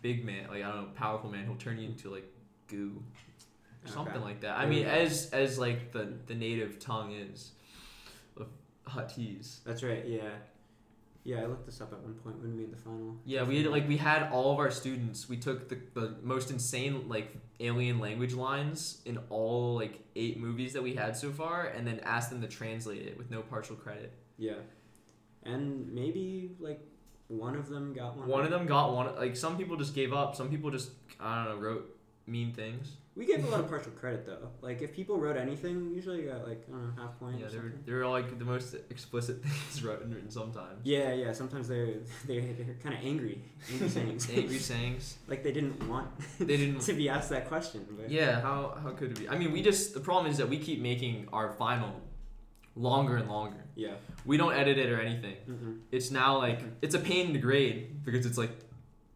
S1: big man, like I don't know, powerful man. He'll turn you into like goo, or something
S2: Okay.
S1: like that. I
S2: There
S1: mean,
S2: we go.
S1: as as like the the native tongue is of Huttese.
S2: (laughs) That's right. Yeah, yeah. I looked this up at one point when we made the final.
S1: Yeah, we had like we had all of our students. We took the, the most insane like alien language lines in all like eight movies that we had so far, and then asked them to translate it with no partial credit.
S2: Yeah, and maybe like one of them got one.
S1: One of them got one. Like some people just gave up. Some people just I don't know wrote mean things.
S2: We gave a lot of partial credit though. Like if people wrote anything, we usually got like I don't know half point.
S1: Yeah,
S2: or
S1: they were
S2: something.
S1: they were like the most explicit (laughs) things written, written sometimes.
S2: Yeah, yeah. Sometimes they're (laughs) they're, they're kind of angry, (laughs) angry
S1: (laughs)
S2: sayings.
S1: Angry sayings.
S2: like they didn't want (laughs)
S1: They didn't.
S2: to be asked that question. But
S1: Yeah, how how could we? I mean, we just the problem is that we keep making our final longer and longer.
S2: yeah.
S1: We don't edit it or anything.
S2: Mm-mm.
S1: it's now like it's a pain to grade because it's like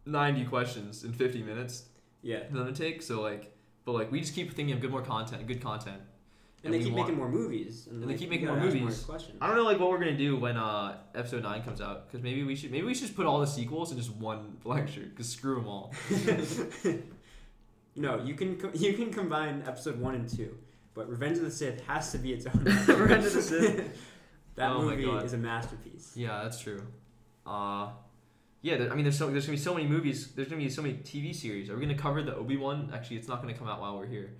S1: 90 questions in 50 minutes
S2: Yeah.
S1: that it takes so like but like we just keep thinking of good more content good content
S2: And, they
S1: we
S2: keep
S1: want-
S2: making more movies. And,
S1: they
S2: like,
S1: keep
S2: you
S1: making
S2: gotta
S1: more
S2: ask
S1: movies.
S2: questions.
S1: i don't know like what we're gonna do when uh episode 9 comes out because maybe we should maybe we should just put all the sequels in just one lecture because screw them
S2: (laughs)
S1: all
S2: no, you can com- (laughs) you can combine episode one and two, but Revenge of the Sith has to be its
S1: (laughs)
S2: own.
S1: Revenge of the Sith.
S2: (laughs) that
S1: Oh my
S2: movie
S1: God.
S2: is a masterpiece.
S1: yeah that's true uh yeah there, i mean there's so there's gonna be so many movies there's gonna be so many tv series are we gonna cover the obi-wan actually it's not gonna come out while we're here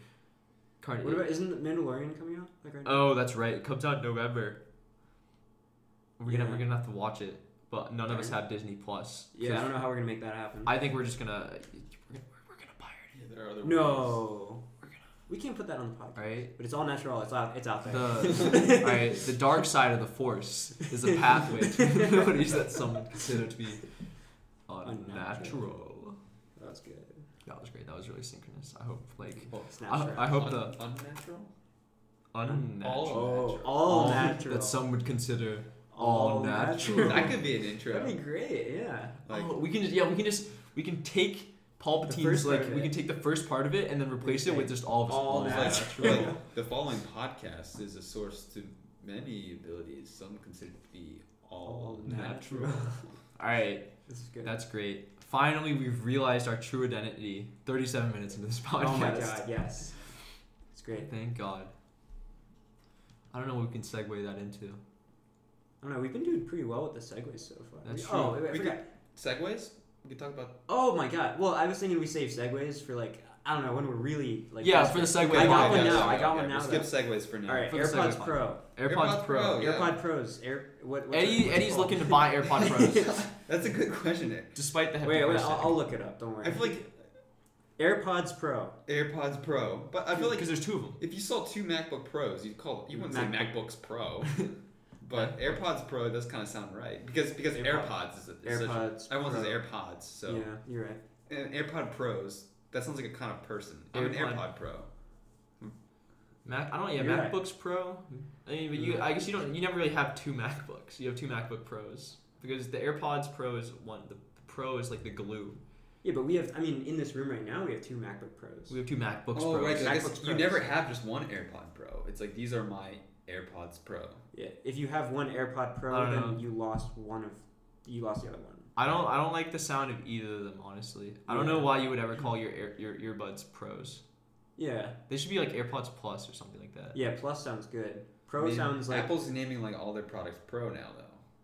S1: Cardi-
S2: What about isn't The Mandalorian coming out? Like right now?
S1: Oh, that's right. It comes out in November. We're gonna
S2: Yeah.
S1: we're gonna have to watch it, but none of us
S2: Darn.
S1: have Disney Plus.
S2: yeah, I don't know how we're gonna make that happen.
S1: I think we're just gonna we're gonna, we're gonna pirate
S3: Yeah, there are other ways.
S2: no, we can't put that on the podcast.
S1: it, right?
S2: But it's all natural. It's out. It's out there.
S1: The all right, the dark side of the Force is a pathway to (laughs) abilities that some consider to be unnatural.
S2: that was good.
S1: That was great. That was really synchronous. I hope like
S3: Oh,
S1: I,
S2: Snapchat.
S1: I hope
S3: un-
S1: the
S3: unnatural.
S1: unnatural
S2: oh,
S3: Natural.
S2: all
S1: All
S2: natural.
S1: that some would consider all natural.
S3: That could be an intro.
S2: That'd be great. Yeah.
S3: Like,
S1: oh, we can just yeah, we can just we can take Palpatine's
S2: first part
S1: like
S2: of
S1: we
S2: it.
S1: can take the first part of it and then replace it with just all of his
S2: All
S1: all
S2: that.
S3: like, like, the following podcast is a source to many abilities. Some considered to be all,
S2: All
S3: natural.
S2: natural.
S1: All right,
S2: This is good.
S1: that's great. Finally, we've realized our true identity. Thirty-seven minutes into this podcast.
S2: Oh my god. Yes. It's great.
S1: Thank God. I don't know what we can segue that into.
S2: I don't know. We've been doing pretty well with the segues so far.
S1: That's
S2: We-
S1: true.
S2: Oh, wait, wait, I
S3: We
S2: forgot.
S3: Segways. We could talk about.
S2: Oh my god. Well, I was thinking we save segues for like I don't know when we're really like.
S1: yeah, for
S2: desperate.
S1: the segue.
S2: I got
S1: podcast.
S2: one
S3: Okay,
S2: now,
S3: okay,
S2: I got
S3: okay,
S2: one now,
S3: We'll skip segways for now.
S2: All right,
S1: For the
S2: AirPods
S1: segue.
S2: Pro,
S1: AirPods, Pro.
S3: AirPods Pro. Oh, yeah.
S2: AirPod Pros, Air. What? what's it-
S1: Eddie,
S2: what's it
S1: Eddie's
S2: called?
S1: looking to buy AirPod Pros,
S3: That's a good question. Nick.
S1: despite (laughs) the hefty
S2: Wait, wait.
S1: price
S2: I'll,
S1: tag.
S2: I'll look it up. Don't worry.
S3: I feel like
S2: AirPods Pro.
S3: AirPods Pro, but I feel like
S1: because there's two of them.
S3: if you saw two MacBook Pros, you'd call you wouldn't
S2: MacBook.
S3: say
S2: (laughs)
S3: MacBooks Pro, but AirPods Pro does kind of sound right because because
S2: AirPod-
S3: AirPods is, a, is such a,
S2: AirPods.
S3: everyone
S2: Pro.
S3: says AirPods, so
S2: Yeah, you're right.
S3: and AirPod Pros that sounds like a kind of person. I'm an
S1: AirPod.
S3: AirPod Pro.
S1: Mac, I don't. Yeah,
S2: You're right.
S1: MacBooks Pro. I mean, but you. I guess you don't. You never really have two MacBooks. You have two MacBook Pros because the AirPods Pro is one. The, the Pro is like the glue.
S2: Yeah, but we have. I mean, in this room right now, we have two MacBook Pros.
S1: We have two MacBooks
S3: oh
S1: Pros.
S3: right, 'cause I guess
S2: MacBooks
S3: you
S2: Pros.
S3: never have just one AirPod Pro. It's like these are my AirPods Pro.
S2: Yeah. If you have one AirPod Pro,
S1: I don't
S2: then
S1: know.
S2: you lost one of. You lost the other one.
S1: I don't. I don't like the sound of either of them. Honestly, I don't know
S2: Yeah.
S1: why you would ever call your air, your earbuds Pros.
S2: Yeah.
S1: They should be like AirPods Plus or something like that.
S2: Yeah. Plus sounds good. Pro
S3: I mean,
S2: sounds like.
S3: Apple's naming like all their products Pro now though.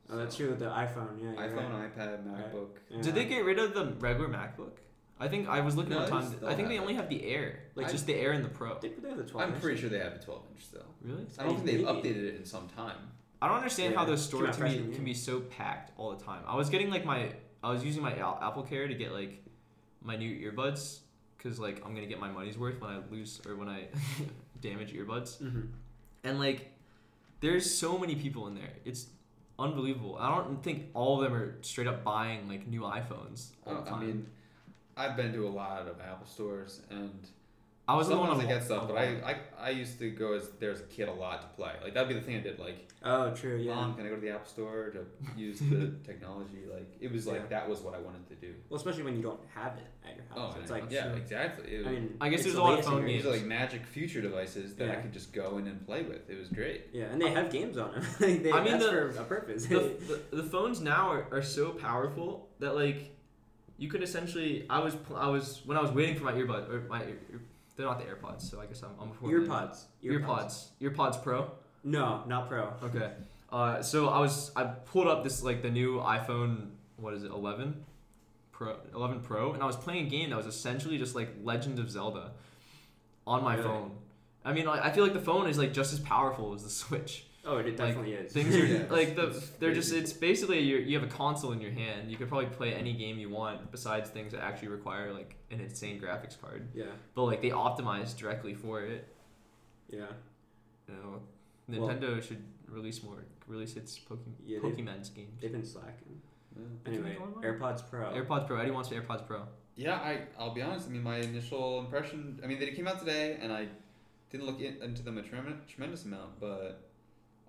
S2: Oh, that's
S3: So,
S2: true. The iPhone, yeah. you're
S3: iPhone,
S2: right.
S3: iPad, MacBook.
S2: Yeah.
S1: Did they get rid of the regular MacBook? I think I was looking
S3: No,
S1: at
S3: they
S1: the time.
S3: still
S1: I think they
S3: have
S1: only have the Air, like
S3: I-
S1: just the Air and the Pro.
S2: They, they have the 12.
S3: I'm pretty sure they have a 12 inch still.
S1: Really?
S3: I don't think they've
S2: Maybe.
S3: updated it in some time.
S1: I don't understand
S2: Yeah,
S1: how those
S2: it's too
S1: stores
S2: much
S1: can be,
S2: pressure, yeah.
S1: can be so packed all the time. I was getting like my I was using my Al- Apple Care to get like my new earbuds because like I'm gonna get my money's worth when I lose or when I (laughs) damage earbuds.
S2: hmm
S1: And like there's so many people in there. It's unbelievable. I don't think all of them are straight up buying like new iPhones all
S3: Uh,
S1: the time.
S3: I mean, I've been to a lot of Apple stores, and
S1: I I was the one
S3: Sometimes
S1: on
S3: I
S1: wa-
S3: get stuff,
S1: on
S3: but
S1: water.
S3: I, I I used to go as there as a kid a lot to play. Like that'd be the thing I did. Like,
S2: Oh, true. Yeah.
S1: Um,
S3: mom, can I go to the app store
S2: (laughs)
S3: to use the technology? Like it was like
S2: Yeah.
S3: that was what I wanted to do. Oh,
S2: Well, especially when you don't have it at your house.
S3: and
S2: it's
S3: I-
S2: like
S3: yeah, exactly. It was,
S2: I mean,
S1: Oh, I guess
S2: it's
S1: there's
S2: the
S1: a lot of
S2: latest
S1: phone
S2: and
S3: these
S2: greatest.
S3: are like magic future devices that I
S2: Yeah.
S3: could just go in and play with. It was great.
S2: Yeah, and they have games on them. (laughs) like they,
S1: I mean,
S2: that's
S1: the-
S2: for a purpose.
S1: the, the, the phones now are, are so powerful that like you could essentially I was pl- I was when I was waiting for my earbuds or my ear, ear- they're not the AirPods so I guess I'm I'm before
S2: Ear
S1: them.
S2: pods. Ear pods.
S1: earpods earpods Pro
S2: No, not pro.
S1: okay uh so I was I pulled up this like the new iPhone what is it 11 Pro 11 Pro and I was playing a game that was essentially just like Legend of Zelda on my
S2: Really?
S1: phone I mean like, I feel like the phone is like just as powerful as the (laughs) Switch
S2: Oh, it definitely is.
S1: things
S2: (laughs)
S1: are
S3: Yeah,
S1: like the,
S3: it's
S1: they're just
S3: crazy.
S1: it's basically you you have a console in your hand you could probably play any game you want besides things that actually require like an insane graphics card
S2: yeah,
S1: but like they optimize directly for it
S2: yeah,
S1: you know
S2: Well-
S1: nintendo should release more release its Poke-
S2: Yeah, they-
S1: pokemon's games
S2: they've been slacking.
S1: They can
S2: Anyway,
S1: go online.
S2: AirPods Pro.
S1: airpods pro eddie wants the airpods pro
S3: Yeah, I I'll be honest. I mean, my initial impression. I mean, they came out today, and I didn't look in, into them a trem- tremendous amount, but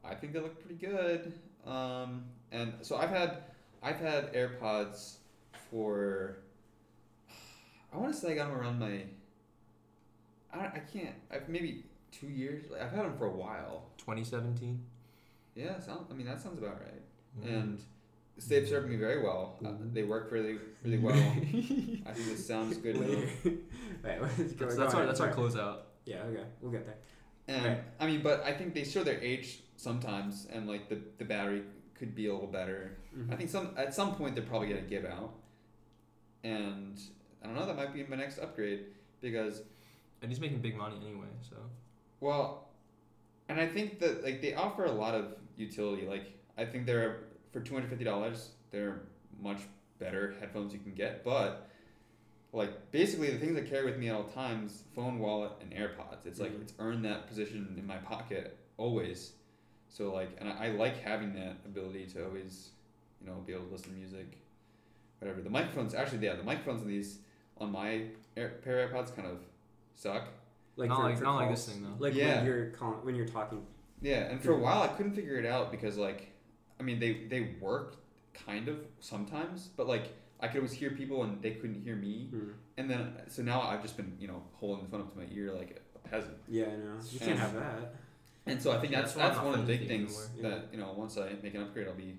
S3: I think they look pretty good. Um, and so I've had I've had AirPods for I want to say I got them around my I don't, I can't I've maybe two years. Like, I've had them for a while.
S1: 2017
S3: Yeah, sound, I mean that sounds about right.
S2: Mm-hmm.
S1: Mm-hmm.
S3: And they've served me very well. Uh, they work really really well.
S2: (laughs)
S3: I think the sound's good. in them.
S2: Later. Wait, let's go-
S1: that's,
S2: go
S1: that's our
S2: on.
S1: that's our closeout
S2: Yeah, okay, we'll get there.
S3: And
S2: Right.
S3: I mean, but I think they show their age sometimes, and like the, the battery could be a little better. I
S2: Mhm.
S3: think some at some point they're probably gonna give out, and I don't know. That might be my next upgrade because
S1: and he's making big money anyway so
S3: well, and I think that like they offer a lot of utility. Like I think they're for two hundred fifty dollars, they're much better headphones you can get, but. Like basically the things I carry with me at all times: phone, wallet, and AirPods. It's like
S2: Mhm.
S3: it's earned that position in my pocket always. So like, and I, I like having that ability to always, you know, be able to listen to music, whatever. The microphones, actually, yeah, the microphones in these on my Air, pair of AirPods kind of suck.
S2: Like
S1: not
S2: for,
S1: like
S2: for
S1: not like
S2: calls.
S1: this thing though
S2: Like
S3: Yeah.
S2: when you're calling, when you're talking.
S3: Yeah, and for a while I couldn't figure it out because like, I mean they they worked kind of sometimes, but like I could always hear people and they couldn't hear me,
S1: Mm-hmm.
S2: Mhm.
S3: and then so now I've just been you know holding the phone up to my ear like a peasant,
S2: Yeah, I know. You can't
S3: Yeah.
S2: have that.
S3: and so I think that's
S1: That's
S3: that's,
S1: why I'm
S3: one of the
S1: not
S3: big
S1: thinking
S3: things
S2: anymore.
S3: that you know once I make an upgrade I'll be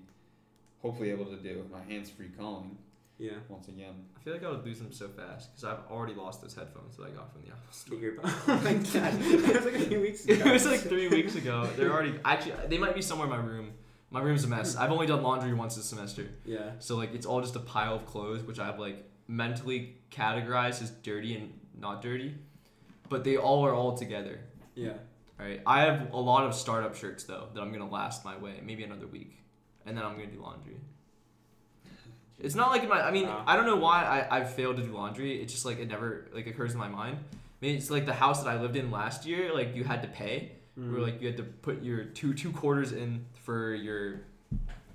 S3: hopefully able to do my hands free calling
S2: Yeah.
S3: once again.
S1: i feel like i would lose them so fast because i've already lost those headphones that i got from the apple store
S2: The earbud. (laughs) oh my god. It was like a few weeks
S1: (laughs)
S2: ago.
S1: it was like three weeks ago. They're already actually they might be somewhere in my room. My room's a mess. I've only done laundry once this semester,
S2: Yeah.
S1: so like it's all just a pile of clothes, which I've like mentally categorized as dirty and not dirty, but they all are all together.
S2: Yeah.
S1: All right, I have a lot of startup shirts though that I'm gonna last my way, maybe another week, and then I'm gonna do laundry. It's not like in my. I mean,
S2: Wow.
S1: I don't know why I I failed to do laundry. It's just like it never like occurs in my mind. Maybe it's like the house that I lived in last year. Like you had to pay, where
S2: Mhm.
S1: like you had to put your two two quarters in for your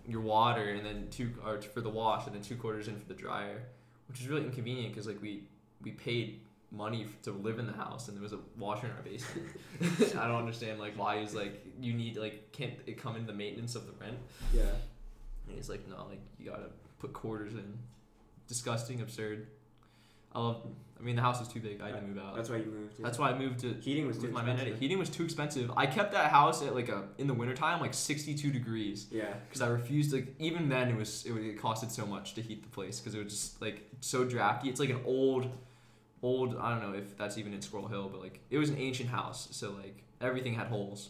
S1: your water and then two or for the wash and then two quarters in for the dryer, which is really inconvenient because like we we paid money f- to live in the house and there was a washer in our basement. (laughs) I don't understand like why he's like you need like can't it come into the maintenance of the rent?
S2: Mm-hmm. Yeah.
S1: And he's like no like you gotta put quarters in. Disgusting, absurd. I love. I mean the house was too big. I had to move out.
S2: That's why you moved. yeah.
S1: That's why I moved to
S2: Heating was too
S1: with my man
S2: expensive.
S1: Eddie. Heating was too expensive. I kept that house at like a in the wintertime like 62 degrees
S2: Yeah.
S1: because I refused like even then it was it, was- it costed so much to heat the place because it was just like so drafty. It's like an old old I don't know if that's even in Squirrel Hill, but like it was an ancient house, so like everything had holes.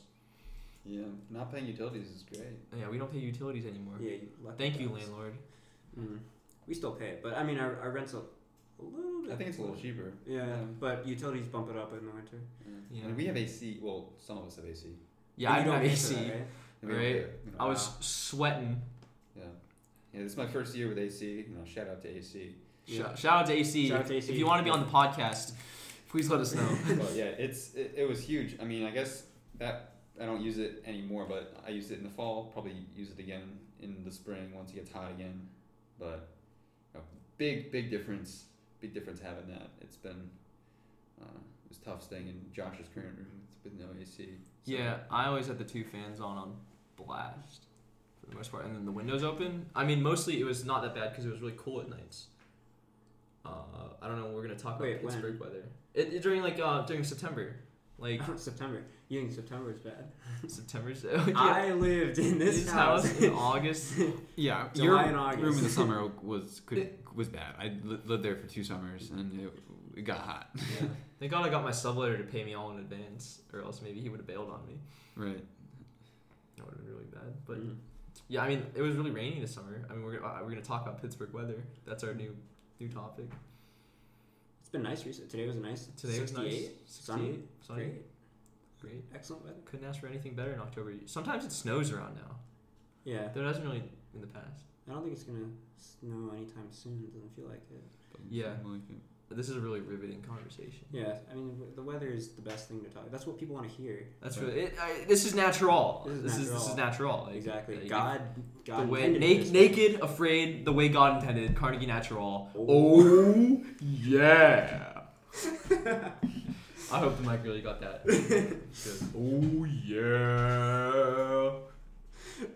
S3: Yeah, not paying utilities is great.
S1: And yeah, we don't pay utilities anymore.
S2: Yeah. You lucky
S1: Thank you,
S2: bastard.
S1: landlord. Mm-hmm.
S2: Mm. We still pay it, but I mean, our, our rent's a, a little bit.
S3: I think it's a little cheaper.
S2: Yeah,
S3: Yeah.
S2: but utilities bump it up in the winter.
S1: Yeah.
S3: And we have AC. Well, some of us have AC.
S1: Yeah, I
S2: And you
S1: didn't have
S2: pay for
S1: AC.
S2: that, right?
S3: And we don't
S1: Right.
S3: care, you know.
S1: I was sweating.
S3: Yeah. Yeah, this is my first year with AC. You know, shout out to
S2: (laughs)
S3: AC.
S1: Sh-
S2: Yeah.
S1: Shout out to AC.
S2: Shout out to
S1: If-
S2: AC.
S1: If you want to be on the podcast, please let us know.
S3: but yeah, it's it, it was huge. I mean, I guess that I don't use it anymore, but I used it in the fall. Probably use it again in the spring once it gets hot again. But you know, big big difference. Big difference having that. It's been uh, was tough staying in Josh's current room with, with no AC. so-
S1: Yeah, I always had the two fans on on blast for the most part, and then the windows open. I mean, mostly it was not that bad because it was really cool at nights. Uh, I don't know. We're gonna talk about
S2: Wait, when?
S1: Pittsburgh weather. It, it- during like uh, during September,
S2: (laughs)
S1: like
S2: September. You think September is bad?
S1: September's. Oh, (laughs) yeah.
S2: I lived in this, house. (laughs)
S1: in August.
S4: Yeah,
S2: July
S4: your
S2: and August.
S4: room in the
S2: (laughs)
S4: summer was could, was bad. I li- lived there for two summers and it, it got hot.
S1: yeah. Thank God I got my subletter to pay me all in advance, or else maybe he would have bailed on me.
S4: Right.
S1: That would have been really bad. But
S2: Mm.
S1: yeah, I mean, it was really rainy this summer. I mean, we're gonna, uh, we're gonna talk about Pittsburgh weather. That's our new new topic.
S2: it's been nice recently. Today was a nice
S1: Today
S2: 68.
S1: was nice. 68,
S2: sunny,
S1: sunny,
S2: Great.
S1: great.
S2: Excellent weather.
S1: Couldn't ask for anything better in October. Sometimes it snows around now.
S2: Yeah.
S1: There hasn't really in the past.
S2: I don't think it's gonna snow anytime soon. It doesn't feel like it.
S1: Yeah.
S4: Something like it.
S1: This is a really riveting conversation.
S2: Yeah, I mean w- the weather is the best thing to talk. That's what people want to hear.
S1: That's really. It, I, this is natural.
S2: This is
S1: This is this
S2: natural.
S1: is natural. Like,
S2: exactly.
S1: like,
S2: God, God
S1: the way
S2: intended
S1: naked,
S2: this.
S1: naked, afraid, the way God intended. Carnegie Natural.
S2: Oh.
S1: Oh yeah. I hope the mic really got that. Good.
S2: (laughs)
S1: Oh yeah.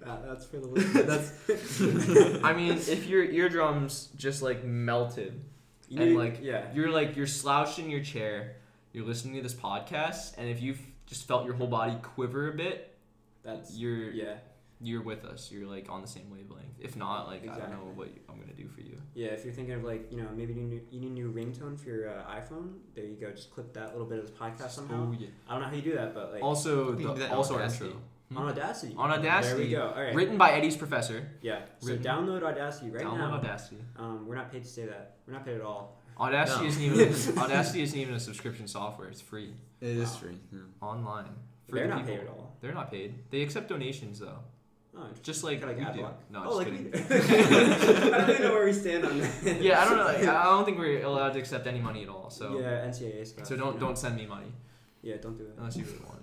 S2: Uh, that's for
S1: (laughs)
S2: the listeners.
S1: That's. I mean, if your eardrums just like melted,
S2: You
S1: and,
S2: need-
S1: like,
S2: yeah,
S1: you're like you're slouched in your chair, you're listening to this podcast, and if you've just felt your whole body quiver a bit,
S2: that's
S1: you're
S2: yeah,
S1: you're with us. You're like on the same wavelength. If not, like I don't know
S2: Exactly.
S1: what you- I'm gonna do for you.
S2: yeah. If you're thinking of like you know maybe you need, you need a new ringtone for your uh, iPhone, there you go. Just clip that little bit of this podcast somehow.
S1: Oh yeah.
S2: I don't know how you do that, but like
S1: Also,
S4: We can do
S1: the,
S4: that
S1: also
S4: on
S1: our
S4: Audacity.
S1: intro. Hmm?
S2: on Audacity.
S1: On
S2: There
S1: Audacity.
S2: we go. All right.
S1: Written by Eddie's professor.
S2: yeah. So
S1: written.
S2: download Audacity right
S1: Download
S2: now.
S1: Audacity.
S2: Um, we're not paid to say that. We're not paid at all.
S1: Audacity
S4: No.
S1: isn't
S2: (laughs)
S1: even Audacity isn't even a subscription software. It's free
S4: It is
S2: Wow.
S4: free. Yeah.
S1: online. For
S2: They're
S1: the
S2: not
S1: people.
S2: paid at all.
S1: They're not paid. They accept donations though,
S2: Oh,
S1: just like,
S2: Kinda
S1: we
S2: like
S1: do.
S2: Adblock.
S1: No, I'm
S2: oh,
S1: just
S2: like (laughs)
S1: kidding.
S2: we- I don't even know where we stand on
S1: (laughs)
S2: that.
S1: yeah, I don't know.
S2: (laughs)
S1: like, I don't think we're allowed to accept any money at all. So
S2: yeah, NCAA stuff.
S1: so
S2: you
S1: don't
S2: know.
S1: don't send me money
S2: Yeah, don't do it.
S1: unless you really want to.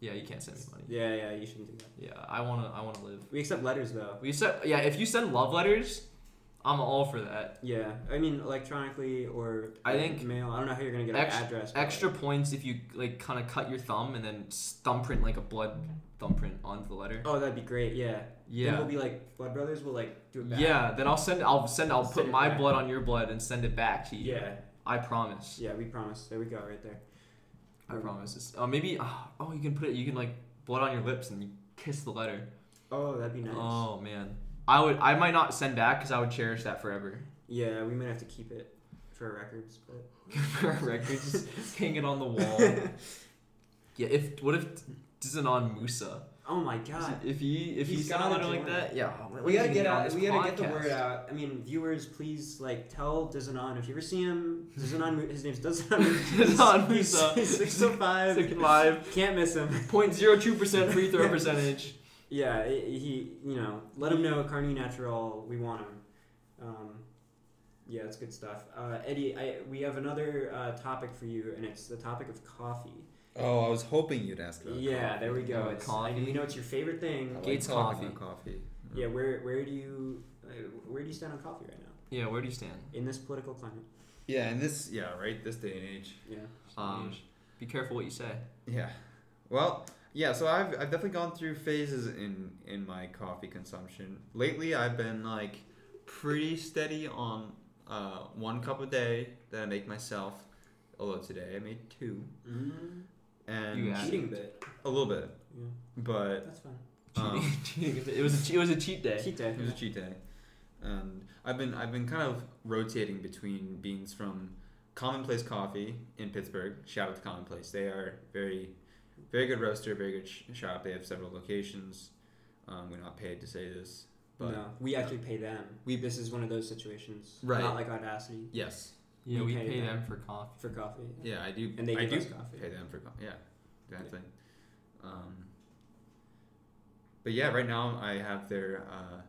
S1: Yeah, you can't send me money.
S2: Yeah, yeah, you shouldn't do that.
S1: Yeah, I wanna I wanna live.
S2: We accept letters though.
S1: We accept. Yeah, if you send love letters, I'm all for that.
S2: Yeah, I mean electronically or
S1: I
S2: like,
S1: think
S2: mail. I don't know how you're gonna get
S1: ex-
S2: an address. but-
S1: Extra points if you like kind of cut your thumb and then s- thumbprint like a blood thumbprint onto the letter.
S2: Oh, that'd be great. Yeah. Then we'll
S1: Yeah.
S2: be like blood brothers. We'll like do it back.
S1: Yeah, then I'll send I'll send I'll
S2: Send
S1: put
S2: it
S1: my
S2: back.
S1: blood on your blood and send it back to you.
S2: Yeah.
S1: I promise.
S2: Yeah. We promise. There we go. Right there.
S1: I promise. It's, uh, maybe ah, oh you can put it you can like blood on your lips and you kiss the letter.
S2: Oh, that'd be nice.
S1: Oh man, I would. I might not send back because I would cherish that forever.
S2: Yeah, we might have to keep it for our records, but
S1: For our (laughs) record, just hang it on the wall. yeah. If what if Dizanon Musa?
S2: oh my god.
S1: If he if he
S2: He's
S1: sent a
S2: gotta
S1: letter like
S2: join.
S1: that, yeah.
S2: We gotta
S1: he's gonna
S2: get
S1: be on
S2: out.
S1: this
S2: We gotta get the
S1: podcast.
S2: word out. I mean, viewers, please like tell Dizanon if you ever see him. (laughs) Dizanon, his name's Dizanon.
S1: Dizanon
S2: He's-
S1: Musa.
S2: he's (laughs) six foot
S1: Six
S2: five.
S1: five
S2: Can't miss him.
S1: (laughs) point zero two percent free throw percentage.
S2: Yeah, i- he. You know, let him know Carney Natural. We want him. Um, yeah, that's good stuff. Uh, Eddie, I, we have another uh, topic for you, and it's the topic of coffee.
S3: Oh, I was hoping you'd ask about
S2: yeah,
S3: coffee.
S2: there we go.
S1: Oh,
S2: It's, I-
S1: coffee.
S2: we know it's your favorite
S3: I
S2: thing.
S3: like
S1: Gates
S3: talking about coffee.
S2: Yeah, where where do you uh, where do you stand on coffee right now
S1: Yeah. Where do you stand?
S2: in this political climate?
S3: Yeah, and this yeah, right, this day and age.
S2: Yeah.
S3: Um,
S1: Be careful what you say.
S3: Yeah. Well, yeah, so I've, I've definitely gone through phases in in my coffee consumption. Lately, I've been like pretty steady on uh, one cup a day that I make myself. Although today I made two
S2: Mm,
S3: and
S1: You had-
S2: cheating a bit.
S3: a little bit,
S2: Yeah,
S3: but
S2: that's fine.
S1: Cheating. (laughs)
S3: um,
S1: cheating. is- It was a che- it was a cheat
S2: (laughs)
S1: day.
S2: Cheat day.
S3: it was a cheat day. And I've been I've been kind of rotating between beans from Commonplace Coffee in Pittsburgh. Shout out to Commonplace. They are very, very good roaster, very good sh- shop. They have several locations. Um, we're not paid to say this, but
S2: no, we actually pay them.
S3: We-
S2: this is one of those situations.
S3: Right.
S2: Not like Audacity
S3: yes,
S1: Yeah,
S2: We
S1: we
S2: pay
S1: pay
S2: them.
S1: them for coffee.
S2: for coffee.
S3: yeah, I do.
S2: And they
S3: I
S2: give
S3: do
S2: us coffee.
S3: pay them for co- yeah, exactly. Um, but yeah, right now I have their uh,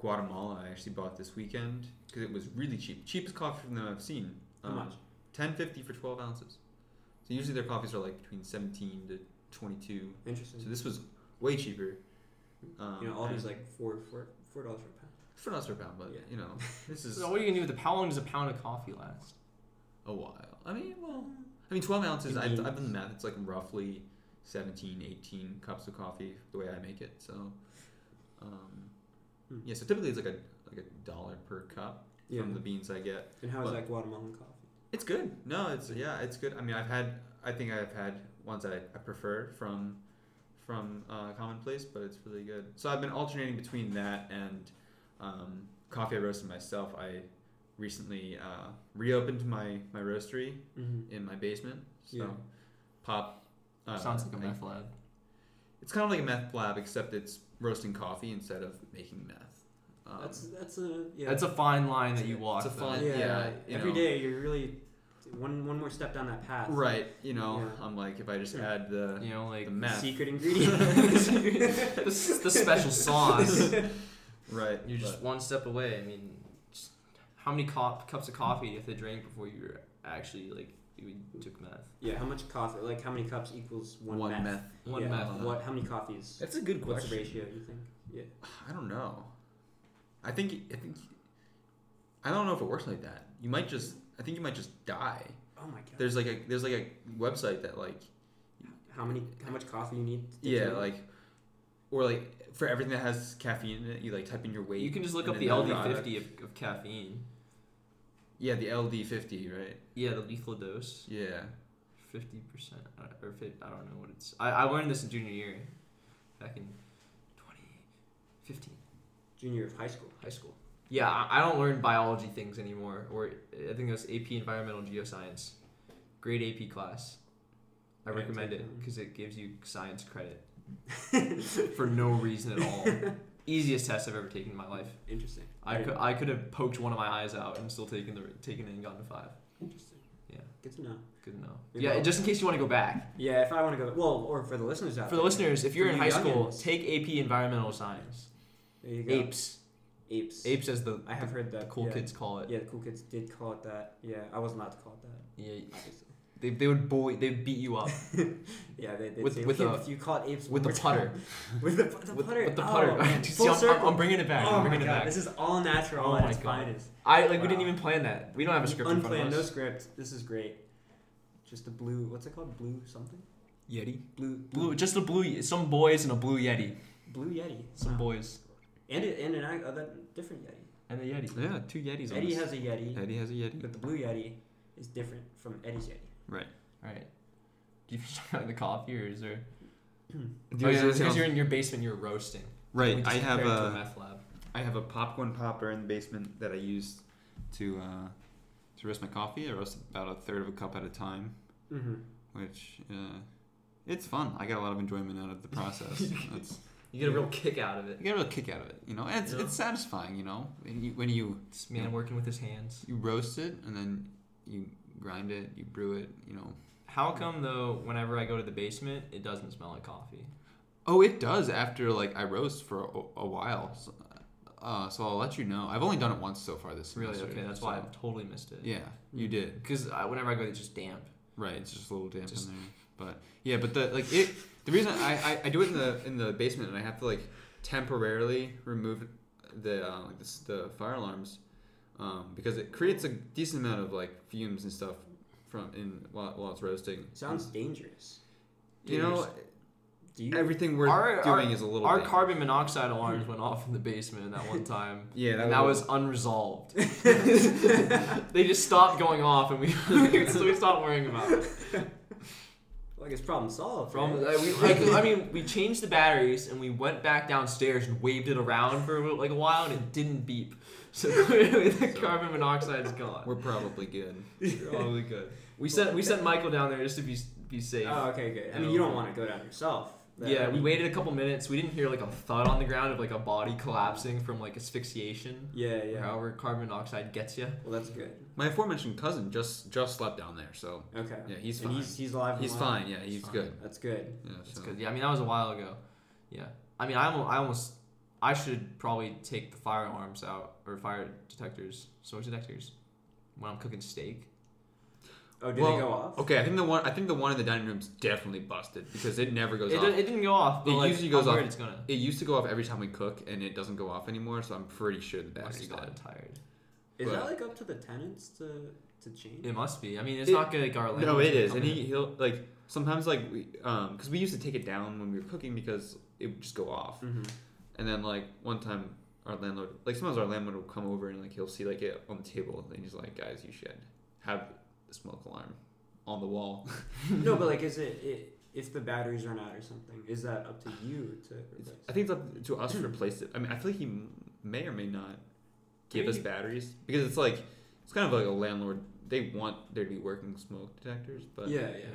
S3: Guatemala. I actually bought this weekend because it was really cheap, cheapest coffee from them I've seen.
S2: How
S3: Um,
S2: much?
S3: Ten fifty for twelve ounces. So usually their coffees are like between seventeen to twenty-two.
S2: Interesting.
S3: So this was way cheaper. Um,
S2: you know, all these
S3: and-
S2: like four four four dollars for a pound.
S3: for not per pound, but
S2: Yeah. (laughs)
S3: you know, this is
S1: So what are you gonna do with the? How long does a pound of coffee last?
S3: a while. I mean, well,
S2: Mm.
S3: I mean, 12 ounces,
S5: In
S3: I've,
S5: beans.
S3: I've done the math, it's like roughly 17, 18 cups of coffee the way I make it. So, um,
S2: Hmm.
S3: yeah, so typically it's like a like a dollar per cup
S2: Yeah.
S3: from the beans I get.
S2: And how is
S3: But-
S2: that Guatemalan coffee?
S3: It's good. No, it's, yeah, it's good. I mean, I've had, I think I've had ones that I, I prefer from from uh, Commonplace, but it's really good. So I've been alternating between that and um, coffee I roasted myself. I recently uh, reopened my, my roastery
S2: Mm-hmm.
S3: in my basement. So
S2: Yeah.
S3: pop. uh,
S1: Sounds like a meth lab.
S3: It's kind of like a meth lab, except it's roasting coffee instead of making meth. Um,
S2: that's that's a yeah.
S1: That's a fine line that you
S3: It's a
S1: walk. though.
S3: fine-
S2: yeah.
S3: yeah, you
S2: every
S3: know.
S2: day you're really one one more step down that path.
S3: right. You know,
S2: Yeah.
S3: I'm like if I just
S2: Yeah.
S3: add the
S1: You know, like
S3: the meth, (laughs)
S2: Secret ingredient.
S1: the, s- the special
S2: (laughs)
S1: sauce.
S3: right?
S1: You're just one step away. I mean, just how many cop, cups of coffee do you have to drink before you're actually like you took meth?
S2: yeah. How much coffee? Like how many cups equals
S3: but
S2: one,
S3: one
S2: meth?
S3: meth.
S1: One
S2: yeah.
S1: meth.
S3: uh-huh.
S2: What? How many coffees?
S5: That's a good
S2: What's the
S5: question.
S2: ratio? You think? Yeah.
S3: I don't know. I think I think I don't know if it works like that. You might just I think you might just die.
S2: Oh my god.
S3: There's like a there's like a website that like
S2: how many? How much coffee you need? To
S3: yeah
S2: drink?
S3: like or like for everything that has caffeine in it, you like type in your weight.
S1: You can just look
S3: and
S1: up
S3: then
S1: the
S3: product.
S1: LD50 of, of caffeine.
S3: Yeah, the LD50, right?
S1: Yeah, the lethal dose,
S3: Yeah.
S1: fifty percent uh, or 50, I don't know what it's. I, I learned this in junior year, back in 2015
S2: junior year of high school.
S1: high school. Yeah, I, I don't learn biology things anymore, or I think it was AP Environmental Geoscience, grade AP class. I
S2: Yeah,
S1: recommend
S2: take
S1: it
S2: that.
S1: because it gives you science credit for no reason at all.
S2: (laughs)
S1: Easiest test I've ever taken in my life.
S2: Interesting.
S1: I could, I could have poked one of my eyes out and still taken the taken it and gotten a five.
S2: Interesting.
S1: Yeah.
S2: Good to know.
S1: Good enough.
S2: Maybe
S1: Yeah,
S2: I'll-
S1: just in case you want to go back.
S2: Yeah, if I want to go, well, or for the listeners out
S1: For
S2: there,
S1: the listeners, if you're
S2: For
S1: in
S2: you
S1: high school,
S2: youngins.
S1: take AP Environmental Science.
S2: there you go.
S1: Apes.
S2: apes,
S1: Apes, as the,
S2: I have heard
S1: the
S2: that.
S1: cool
S2: yeah.
S1: kids call it.
S2: Yeah, the cool kids did call it that. Yeah, I was not to call it that.
S1: Yeah.
S2: obviously.
S1: They, they would bully, they'd beat you up
S2: Yeah, they, they
S1: With-
S2: say,
S1: with
S2: "Look,
S1: the-
S2: if you call it apes
S1: with the
S2: one
S1: putter.
S2: more time." (laughs) with the, the
S1: with,
S2: putter,
S1: with the
S2: Oh,
S1: putter.
S2: man,
S1: Do (laughs) you
S2: full
S1: see, I'm- I'm,
S2: circle.
S1: I'm bringing it back.
S2: oh
S1: I'm
S2: my
S1: bringing
S2: god,
S1: it back.
S2: this is all natural
S1: Oh
S2: at
S1: my
S2: its
S1: God.
S2: finest.
S1: I like we didn't
S2: Wow.
S1: even plan that. We don't have a script in front
S2: Unplanned,
S1: of
S2: no
S1: us.
S2: script. This is great. Just a blue. What's it called? Blue something.
S3: Yeti.
S2: Blue.
S1: Blue, just a blue, some boys and a blue yeti.
S2: Blue Yeti.
S1: Some
S2: Wow.
S1: boys
S2: And it, and an ag- other different Yeti.
S1: and a yeti.
S3: Yeah, two Yetis. on
S2: Eddie
S3: this.
S2: has a Yeti,
S3: Eddie has a Yeti.
S2: but the blue Yeti is different from Eddie's Yeti.
S1: Right. (laughs) Do you start the coffee or is there?
S3: Do
S1: oh,
S3: you
S1: yeah,
S3: guys
S1: it's 'cause
S3: know-
S1: you're in your basement. You're roasting. We
S3: right.
S1: just
S3: I have
S1: compared it to
S3: a
S1: meth lab.
S3: I have a popcorn popper in the basement that I use to uh, to roast my coffee. I roast about a third of a cup at a time,
S2: Mm-hmm.
S3: which uh, it's fun. I get a lot of enjoyment out of the
S1: (laughs)
S3: process. It's-
S1: You get a real kick out of it.
S3: I get a real kick out of it, you know. And it's,
S1: Yeah.
S3: it's satisfying, you know, when you, when you
S1: This man working with his hands.
S3: you roast it and then you grind it, you brew it, you know.
S1: How come though? Whenever I go to the basement, it doesn't smell like coffee.
S3: Oh, it does after like I roast for a, a while. So, uh, so I'll let you know. I've only done it once so far this
S1: Really?
S3: semester.
S1: Okay, that's
S3: so-
S1: why I totally missed it.
S3: Yeah, you did.
S1: Because whenever I go, it's just damp.
S3: Right, it's just a little damp
S1: Just-
S3: in there. But yeah, but the like it. The reason I, I, I do it in the in the basement and I have to like temporarily remove the uh, like this, the fire alarms um, because it creates a decent amount of like fumes and stuff from in while, while it's roasting.
S2: Sounds dangerous.
S3: you know
S2: Do (laughs) you?
S3: everything we're
S1: Our-
S3: doing is a little
S1: Our
S3: dangerous.
S1: carbon monoxide alarms went off in the basement that one (laughs) time.
S3: Yeah,
S1: and that was unresolved. they just stopped going off, and we (laughs) so we stopped worrying about it.
S2: well, I guess problem solved.
S1: From
S2: right?
S1: I, (laughs) we, I, I
S2: (laughs)
S1: mean, we changed the batteries and we went back downstairs and waved it around for like a while, and it didn't beep. (laughs) So clearly, the
S3: So-
S1: carbon monoxide is gone.
S3: (laughs) We're probably good.
S1: probably good. We sent we sent Michael down there just to be be safe.
S2: Oh, okay, good. I mean, you don't want to go down yourself. but-
S1: yeah, we waited a couple minutes. We didn't hear like a thud on the ground of like a body collapsing from like asphyxiation.
S2: Yeah,
S1: or
S2: yeah.
S1: However, carbon monoxide gets you.
S2: Well, that's good.
S3: My aforementioned cousin just just slept down there, so
S2: Okay.
S3: yeah, he's
S2: and
S3: fine.
S2: he's he's alive. and
S3: He's
S2: well.
S3: fine. Yeah, he's
S1: fine.
S3: good.
S2: That's good.
S3: Yeah,
S1: That's
S3: so.
S1: good. Yeah, I mean that was a while ago. Yeah, I mean I almost, I almost I should probably take the fire alarms out or fire detectors, smoke detectors, when I'm cooking steak.
S2: Oh, did
S3: Well,
S2: it go off?
S3: Okay, I think the one I think the one in the dining room's definitely busted because it never goes
S1: It,
S3: off.
S1: di- it didn't go off. But
S3: It
S1: like,
S3: usually goes
S1: I'm
S3: off.
S1: worried It's gonna.
S3: It used to go off every time we cook, and it doesn't go off anymore. So I'm pretty sure the
S1: I
S3: battery's
S1: just
S3: dead.
S1: got tired.
S2: Is that
S3: but-
S2: like up to the tenants to to change.
S1: It must be. I mean, it's
S3: It-
S1: not good like our language.
S3: No, it
S1: would
S3: is,
S1: come
S3: and
S1: in.
S3: he he'll like sometimes like we um because we used to take it down when we were cooking because it would just go off,
S2: Mm-hmm.
S3: and then like one time our landlord like sometimes our landlord will come over and like he'll see like it on the table and he's like guys you should have the smoke alarm on the wall.
S2: no, but like, is it, it if the batteries run out or something? Is that up to you to
S3: It's,
S2: replace?
S3: I think it's up to us
S1: Hmm.
S3: to replace it. I mean I feel like he m- may or may not give us
S1: Maybe.
S3: batteries because it's like it's kind of like a landlord they want there to be working smoke detectors, but
S2: yeah,
S1: Yeah.
S2: yeah.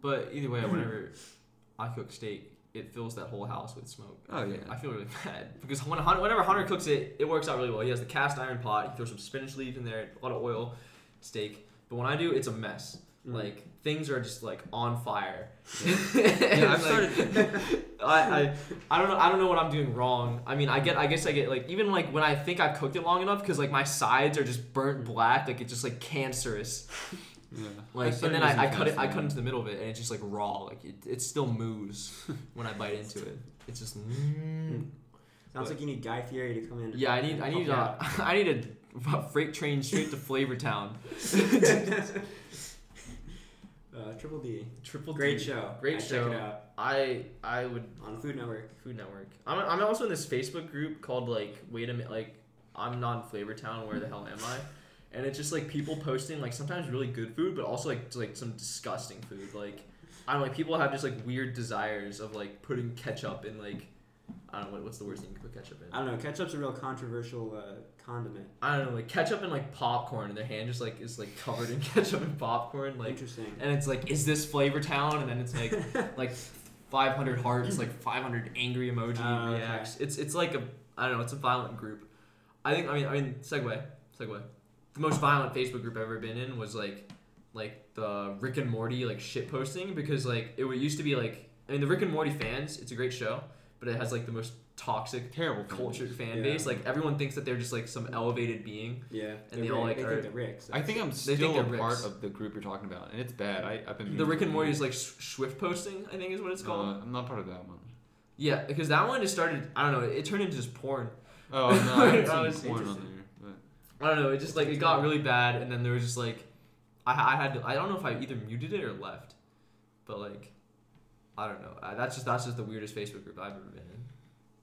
S1: But either way, whenever (laughs) I cook steak, it fills that whole house with smoke.
S3: Oh, yeah.
S1: I feel really (laughs) bad because when Hunter, whenever Hunter cooks it, it works out really well. He has the cast iron pot. He throws some spinach leaves in there, a lot of oil, steak. But when I do, it's a mess.
S2: Mm.
S1: Like things are just like on fire.
S3: Yeah, I've
S1: It's like- I, I I don't know I don't know what I'm doing wrong. I mean I get I guess I get like even like when I think I've cooked it long enough because like my sides are just burnt black like it's just like cancerous
S3: yeah.
S1: like
S3: I've
S1: and
S3: started
S1: then I, I
S3: using
S1: cut it
S3: cast
S1: I cut
S3: iron.
S1: into the middle of it and it's just like raw like it, it still (laughs) moves when I bite into it. It's just mm.
S2: Sounds like you need Guy Fieri to come in.
S1: yeah I need I
S2: and
S1: need
S2: help
S1: uh, (laughs) I need a (laughs) freight train straight to Flavortown.
S2: you out. (laughs) uh, Triple D,
S1: Triple
S2: great
S1: D.
S2: show.
S1: Great
S2: I
S1: show.
S2: Check it out
S1: I I would
S2: on Food Network.
S1: Food Network. I'm, I'm also in this Facebook group called like Wait a minute, like I'm not in Flavor Town. Where the hell am I? And it's just like people posting like sometimes really good food, but also like like some disgusting food. Like I don't know, like people have just like weird desires of like putting ketchup in like I don't know what, what's the worst thing you can put ketchup
S2: I
S1: in.
S2: don't know. Ketchup's a real controversial uh, condiment.
S1: I don't know, like ketchup and like popcorn, and their hand just like is like covered in (laughs) ketchup and popcorn, like
S2: Interesting.
S1: and it's like is this Flavor Town? And then it's like
S2: (laughs)
S1: like 500 hearts, like 500 angry emoji
S2: Oh, okay.
S1: reacts. It's it's like a I don't know. It's a violent group. I think I mean I mean segue segue. The most violent Facebook group I've ever been in was like like the Rick and Morty like shit posting because like it would- used to be like I mean the Rick and Morty fans. It's a great show, but it has like the most toxic
S3: terrible
S1: cultured fan
S2: Yeah.
S1: base. Like everyone thinks that they're just like some elevated being.
S2: yeah,
S1: And
S2: they're
S1: they all,
S2: Rick-
S1: like,
S2: they
S1: are-
S2: think they're Ricks.
S3: I think I'm
S1: They think
S3: still a
S1: they're
S3: part
S1: Ricks.
S3: of the group you're talking about, and it's bad. I, I've
S2: Mm-hmm.
S3: been
S1: The Rick and Morty is like Swift posting. I think is what it's
S3: Uh,
S1: called.
S3: I'm not part of
S1: (laughs)
S3: that one.
S1: yeah, because that one just started. I don't know. It turned into just porn.
S3: Oh no, I haven't
S1: Oh, it's
S3: seen porn on
S2: interesting.
S3: there.
S1: I don't know. It just like it got really bad, and then there was just like, I I had to, I don't know if I either muted it or left, but like, I don't know. I, that's just that's just the weirdest Facebook group I've ever been in.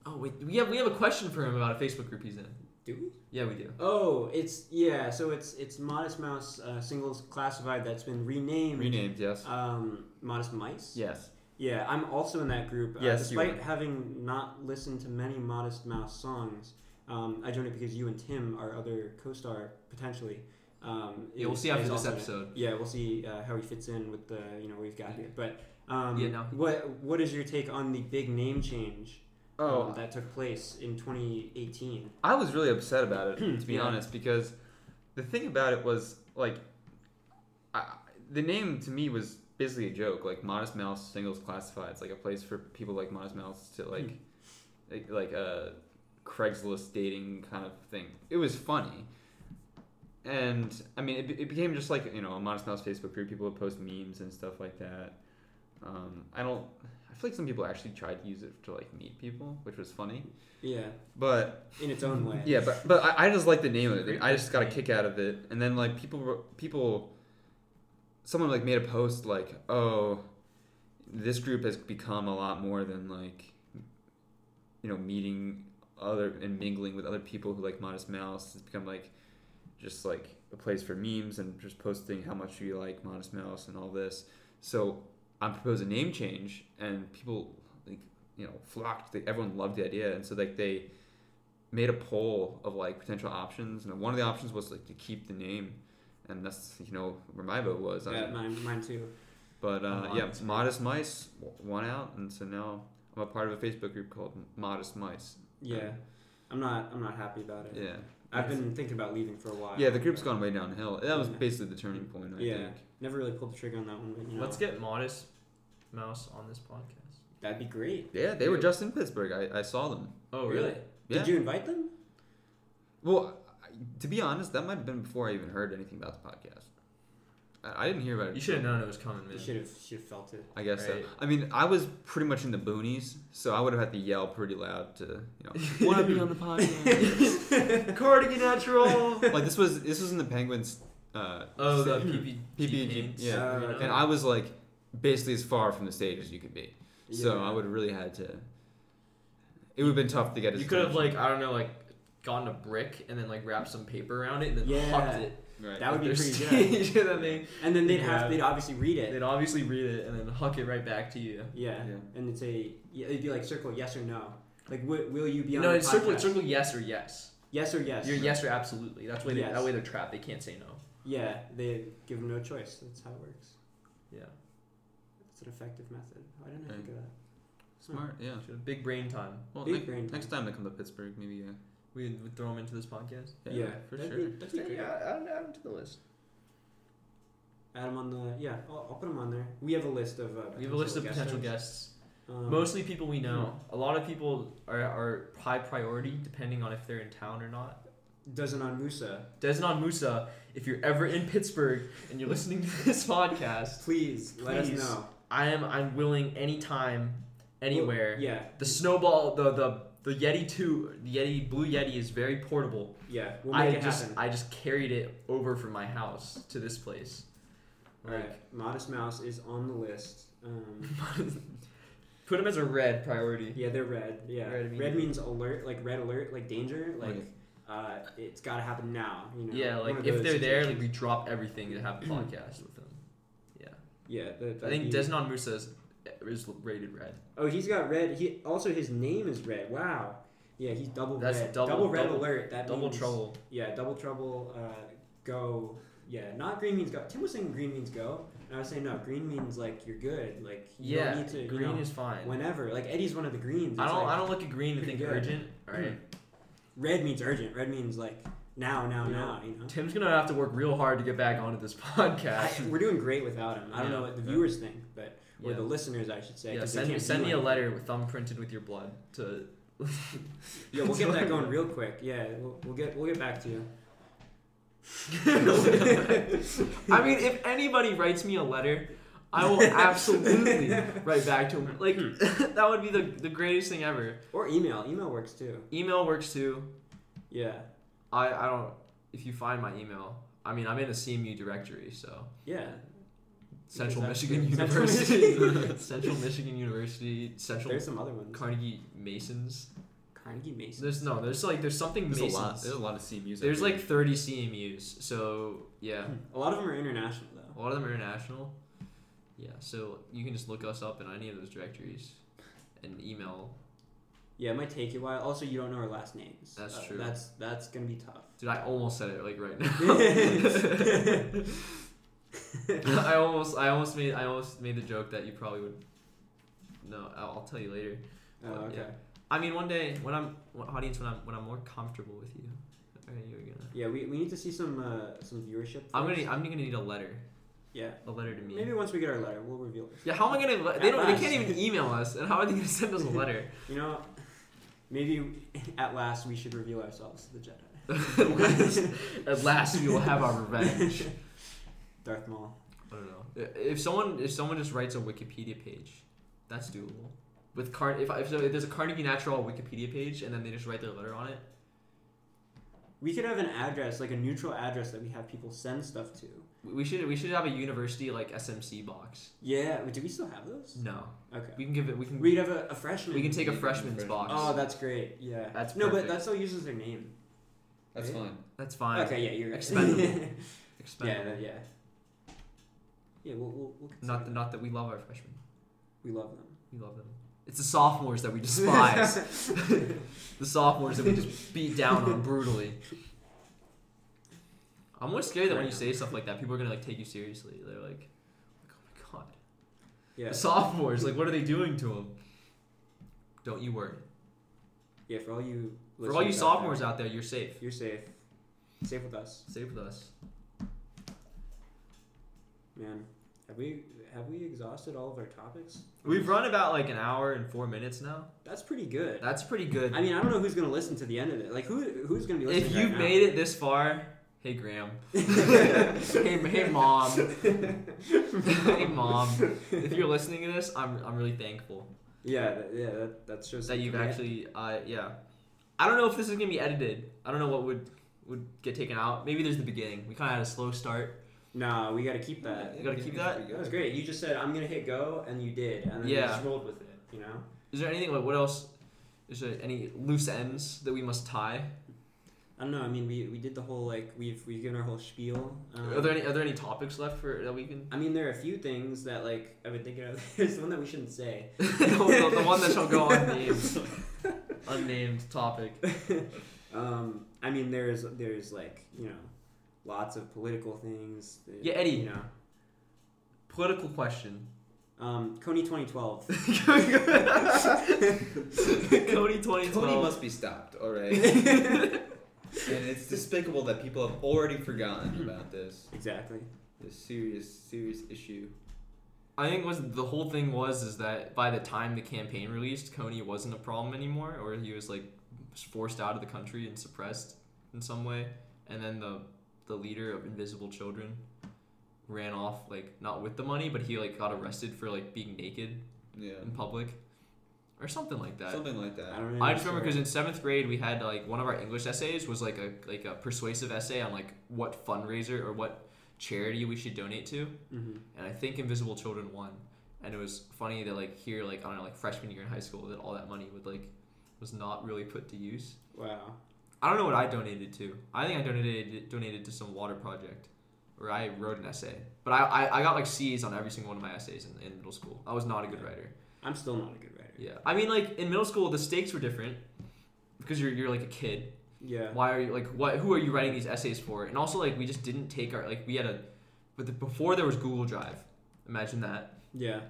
S1: Oh wait, we have we have a question for him about a Facebook group he's in.
S2: Do we?
S1: Yeah, we do.
S2: Oh, it's yeah. So it's it's Modest Mouse uh, singles classified that's been
S3: But
S2: renamed.
S3: renamed, yes.
S2: Um, Modest Mice.
S3: yes.
S2: Yeah, I'm also in that group. Uh,
S3: Yes, you
S2: despite having not listened to many Modest Mouse songs, um, I joined it because you and Tim, our other co-star, potentially. Um,
S1: Yeah, we'll
S2: is-
S1: see after
S2: is
S1: this
S2: also in it.
S1: episode.
S2: Yeah, we'll see uh, how he fits in with the you know what we've got here. But um,
S1: Yeah, no.
S2: what what is your take on the big name change um,
S3: Oh,
S2: that took place in 2018?
S3: I was really upset about it to be
S2: Yeah.
S3: honest, because the thing about it was like, I, the name to me was basically a joke. Like Modest Mouse Singles Classified. It's like a place for people like Modest Mouse to like, like, like a Craigslist dating kind of thing. It was funny. And I mean, it, be- it became just like you know a Modest Mouse Facebook group. People would post memes and stuff like that. Um, I don't. I feel like some people actually tried to use it to like meet people, which was funny.
S2: Yeah,
S3: But
S2: in its own way.
S3: yeah, but but I, I just like the name of it. I just got a kick out of it, and then like people were- people, someone like made a post like, oh, this group has become a lot more than like, you know, meeting other and mingling with other people who like Modest Mouse. It's become like, just like a place for memes and just posting how much you like Modest Mouse and all this. So I proposed a name change, and people like you know flocked. They, everyone loved the idea, and so like they made a poll of like potential options, and one of the options was like to keep the name, and that's you know where my vote was. I-
S2: Yeah, mine, mine too.
S3: but uh, yeah,
S1: Modest
S3: Modest Mice w- won out, and so now I'm a part of a Facebook group called Modest Mice.
S2: Yeah, I'm not. I'm not happy about it.
S3: Yeah,
S2: I've been thinking about leaving for a while.
S3: yeah, the group's
S2: but
S3: gone way downhill. That was
S2: Yeah.
S3: basically the turning point, I
S2: Yeah.
S3: think.
S2: Never really pulled the trigger on that one, but you know,
S1: Let's get modest mouse on this podcast.
S2: that'd be great.
S3: Yeah, they were just in Pittsburgh. I, I saw them.
S1: Oh
S3: Yeah.
S2: Did you invite them?
S3: Well, I, to be honest, that might have been before I even heard anything about the podcast. I, I didn't hear about it.
S1: You should have known it was coming,
S2: You
S1: man. (laughs)
S2: should have should have felt it.
S3: I guess
S1: Right.
S3: so. I mean, I was pretty much in the boonies, so I would have had to yell pretty loud to,
S1: (laughs)
S3: you know, want to be on the podcast.
S1: Cardigan natural.
S3: like this was this was in the Penguins uh,
S6: Oh,
S1: (laughs)
S6: the
S3: stage.
S6: PP.
S3: PPG, yeah.
S2: Uh,
S3: and I was like basically as far from the stage as you could be. So
S2: Yeah.
S3: I would have really had to. It would have been tough to get. his
S1: You could have
S3: attention.
S1: like I don't know like gotten a brick and then like wrapped some paper around it and then
S2: Yeah.
S1: hucked it.
S3: Right.
S2: That would be
S1: with
S2: pretty
S1: their
S2: good.
S1: stage, (laughs) and then they
S2: And then they'd
S1: Yeah.
S2: have they'd obviously read it.
S1: they'd obviously read it and then huck it right back to you.
S2: Yeah.
S3: Yeah.
S2: And it's a yeah, it'd be like circle yes or no. Like w- will you be on
S1: No,
S2: the
S1: it's circle
S2: podcast?
S1: circle yes or yes.
S2: Yes or yes.
S1: You're yes or absolutely. That's why they,
S2: Yes.
S1: that way they're trapped. They can't say no.
S2: Yeah, they give them no choice. That's how it works.
S1: Yeah.
S2: It's an effective method. I didn't I
S3: Right.
S2: think of that.
S3: smart. Yeah.
S1: Should've- Big brain time.
S3: Well,
S2: Big
S3: next,
S2: brain.
S3: next time they come to Pittsburgh, maybe yeah.
S1: We would throw them into this podcast.
S3: Yeah,
S2: Yeah,
S3: for
S2: that'd
S3: sure.
S2: be-
S3: That's a good-
S1: add, add them to the list.
S2: Add 'em on the yeah. I'll, I'll put them on there. We have a list of uh,
S1: We have a list of
S2: guest
S1: potential
S2: hosts.
S1: guests.
S2: Um,
S1: Mostly people we know.
S2: Hmm.
S1: A lot of people are, are high priority depending on if they're in town or not.
S2: Doesn't Musa.
S1: Desmond Musa, if you're ever in Pittsburgh and you're listening to this podcast,
S2: Please, let us
S1: Please.
S2: know.
S1: I am I'm willing anytime, anywhere.
S2: Yeah.
S1: The snowball, the the the Yeti two, the Yeti Blue Yeti is very portable.
S2: Yeah. We'll
S1: I
S2: make it
S1: just
S2: happen.
S1: I just carried it over from my house to this place.
S2: All right. Modest Mouse is on the list.
S1: (laughs)
S2: Um,
S1: Put him as a red priority.
S2: yeah, they're red. Yeah.
S1: Red
S2: Red
S1: means-
S2: means, alert, like red alert, like danger, like uh, it's got to happen now. You know.
S1: Yeah,
S2: one
S1: like
S2: of
S1: if
S2: those
S1: they're there, like
S2: situations.
S1: we drop everything to
S2: (clears throat)
S1: have a podcast with them. Yeah,
S2: yeah. That,
S1: I
S2: that'd
S1: think
S2: be-
S1: Desmond Musa is, is rated red.
S2: Oh, he's got red. He also his name is red. Wow. Yeah, he's double
S1: That's
S2: red.
S1: double-
S2: red
S1: double-
S2: alert. That
S1: Double
S2: means-
S1: trouble.
S2: Yeah, double trouble. Uh, go. Yeah, not green means go. Tim was saying green means go, and I was saying no. Green means like you're good. Like you
S1: Yeah,
S2: don't need to. you
S1: green
S2: know,
S1: is fine.
S2: whenever. Like Eddie's one of the greens.
S1: I
S2: It's
S1: don't
S2: like-
S1: I don't look at green and
S2: pretty
S1: think
S2: good. Hmm.
S1: urgent. All right.
S2: Red means urgent. Red means like now, now,
S1: You
S2: now. You know.
S1: Tim's gonna have to work real hard to get back onto this (laughs)
S2: I,
S1: podcast.
S2: we're doing great without him. I don't
S1: Yeah.
S2: know what the
S3: Yeah.
S2: viewers think, but or
S1: yeah.
S2: the listeners, I should say.
S1: Yeah,
S2: 'cause they
S1: send me
S2: can't
S1: send
S2: do
S1: me a
S2: anything.
S1: letter with thumb printed with your blood to.
S2: (laughs) Yeah, we'll get that
S1: (laughs)
S2: going real quick. Yeah, we'll, we'll get we'll get back to you. (laughs)
S1: I mean, if anybody writes me a letter, I
S2: (laughs)
S1: will absolutely write back to him. Like (laughs)
S2: Hmm.
S1: that would be the, the greatest thing ever.
S2: Or email. Email works too.
S1: Email works too.
S2: Yeah.
S1: I, I don't if you find my email. I mean, I'm in a CMU directory, so
S2: Yeah.
S1: Central
S2: Because that's
S1: Michigan
S2: true. (laughs) Central
S1: University, (laughs) Central Michigan University, Central
S2: There's some other ones.
S1: Carnegie Masons.
S2: Carnegie Mason.
S1: There's no, there's like there's something
S3: There's
S1: Masons.
S3: a lot. There's a lot of C music.
S1: There's like 30 CMUs, so yeah,
S2: A lot of them are international
S1: a
S2: though.
S1: lot of them are international. Yeah, so you can just look us up in any of those directories, and email.
S2: Yeah, it might take you a while. Also, you don't know our last names. Uh,
S1: That's true.
S2: That's that's gonna be tough.
S1: Dude, I almost said it like (laughs)
S2: (laughs)
S1: right now. (laughs) I almost, I almost made, I almost made the joke that you probably would. No, I'll, I'll tell you later.
S2: Oh,
S1: Well,
S2: okay.
S1: yeah. I mean, one day when I'm when, audience when I'm when I'm more comfortable with you, are you gonna?
S2: Yeah, we, we need to see some uh, some viewership.
S1: I'm gonna
S2: first.
S1: I'm gonna need a letter,
S2: Yeah.
S1: a letter to me.
S2: Maybe once we get our letter, we'll reveal it.
S1: Yeah, how am I gonna? le- They
S2: At
S1: don't. They can't
S2: last.
S1: even email us, and how are they gonna send us a
S2: (laughs)
S1: letter? (laughs)
S2: You know, maybe (laughs) at last we should reveal ourselves to the Jedi.
S1: at, last, at last we will have our revenge.
S2: Darth Maul.
S1: I don't know. I- If someone if someone just writes a Wikipedia page, that's doable. With Car- if, I- if, if there's a Carnegie Natural Wikipedia page and then they just write their letter on it,
S2: We could have an address, like a neutral address that we have people send stuff to.
S1: we we should we should have a university like SMC box.
S2: Yeah. Do we still have those?
S1: No,
S2: Okay.
S1: we can give it. We can
S2: We'd have a, a freshman.
S1: we can take a
S3: Yeah,
S1: freshman's
S3: freshman.
S1: box.
S2: Oh, that's great. Yeah.
S1: That's
S2: no,
S1: perfect.
S2: but that still uses their name.
S3: That's
S2: Yeah.
S3: fine.
S1: that's fine.
S2: okay. Yeah, you're right. (laughs)
S1: Expendable.
S2: yeah.
S1: Expendable.
S2: that- Yeah. Yeah. We'll we'll, we'll consider
S1: Not
S2: that.
S1: that, not that we love our freshmen.
S2: we love them.
S1: We love them. It's the sophomores that we despise. (laughs) the sophomores that we just beat down on brutally. I'm always scared that when you say stuff like that, people are gonna like take you seriously. They're like, "Oh my god,
S2: Yeah.
S1: the sophomores! Like, what are they doing to them?" Don't you worry.
S2: yeah. For all you.
S1: For all you
S2: listeners out
S1: sophomores
S2: there,
S1: out there, you're safe.
S2: you're safe. Safe with us,
S1: Safe with us.
S2: man. Have we have we exhausted all of our topics?
S1: We've run about like an hour and four minutes now.
S2: That's pretty good.
S1: That's pretty good.
S2: I mean, I don't know who's gonna listen to the end of it. Like, who who's gonna be listening?
S1: if you've
S2: right
S1: made it this far, hey Graham,
S2: now?
S1: hey, hey mom, (laughs) hey mom, if you're listening to this, I'm I'm really thankful.
S2: yeah, that, yeah, that, that shows
S1: that you've
S2: commitment.
S1: actually uh, yeah i don't know if this is gonna be edited i don't know what would would get taken out. Maybe there's the beginning. We kind of had a slow start.
S2: Nah, we got to keep that.
S1: You gotta keep that?
S2: That was great. You just said I'm gonna hit go, and you did, and then you
S1: Yeah.
S2: just rolled with it. You know.
S1: Is there anything like what else? Is there any loose ends that we must tie?
S2: I don't know. I mean, we, we did the whole like we've we've given our whole spiel. Um,
S1: Are there any are there any topics left for that we can? (laughs)
S2: I mean, there are a few things that like I've been thinking of. (laughs) There's one that we shouldn't say.
S1: the, the one that shall go unnamed, unnamed topic.
S2: Um, I mean, there's there's like you know, lots of political things. that,
S1: Yeah, Eddie.
S2: You know,
S1: Political question.
S2: um, Coney 2012.
S1: Cody twenty
S3: Cody
S1: twelve.
S3: must be stopped,
S1: (laughs)
S3: alright? and it's despicable that people have already forgotten about this.
S2: exactly.
S3: This serious, serious issue.
S1: I think was the whole thing was is that by the time the campaign released, Coney wasn't a problem anymore, or he was like forced out of the country and suppressed in some way. And then the the leader of Invisible Children ran off like not with the money, but he like got arrested for like being naked
S3: Yeah.
S1: in public or something like that.
S3: Something like
S2: I
S3: that.
S2: don't really
S1: I just
S2: know.
S1: remember because in seventh grade we had like one of our English essays was like a like a persuasive essay on like what fundraiser or what charity we should donate to
S2: Mhm.
S1: and I think Invisible Children won. And it was funny that like here, like I don't know, like freshman year in high school, that all that money would like was not really put to use.
S2: Wow.
S1: I don't know what I donated to. I think I donated donated to some water project, or I wrote an essay. But I I, I got like C's on every single one of my essays in, in middle school. I was not a good writer.
S2: I'm still not a good writer.
S1: Yeah, I mean like in middle school the stakes were different because you're you're like a kid
S2: Yeah.
S1: why are you like what who are you writing these essays for and also like we just didn't take our like we had a but the, before there was google drive imagine that
S2: Yeah.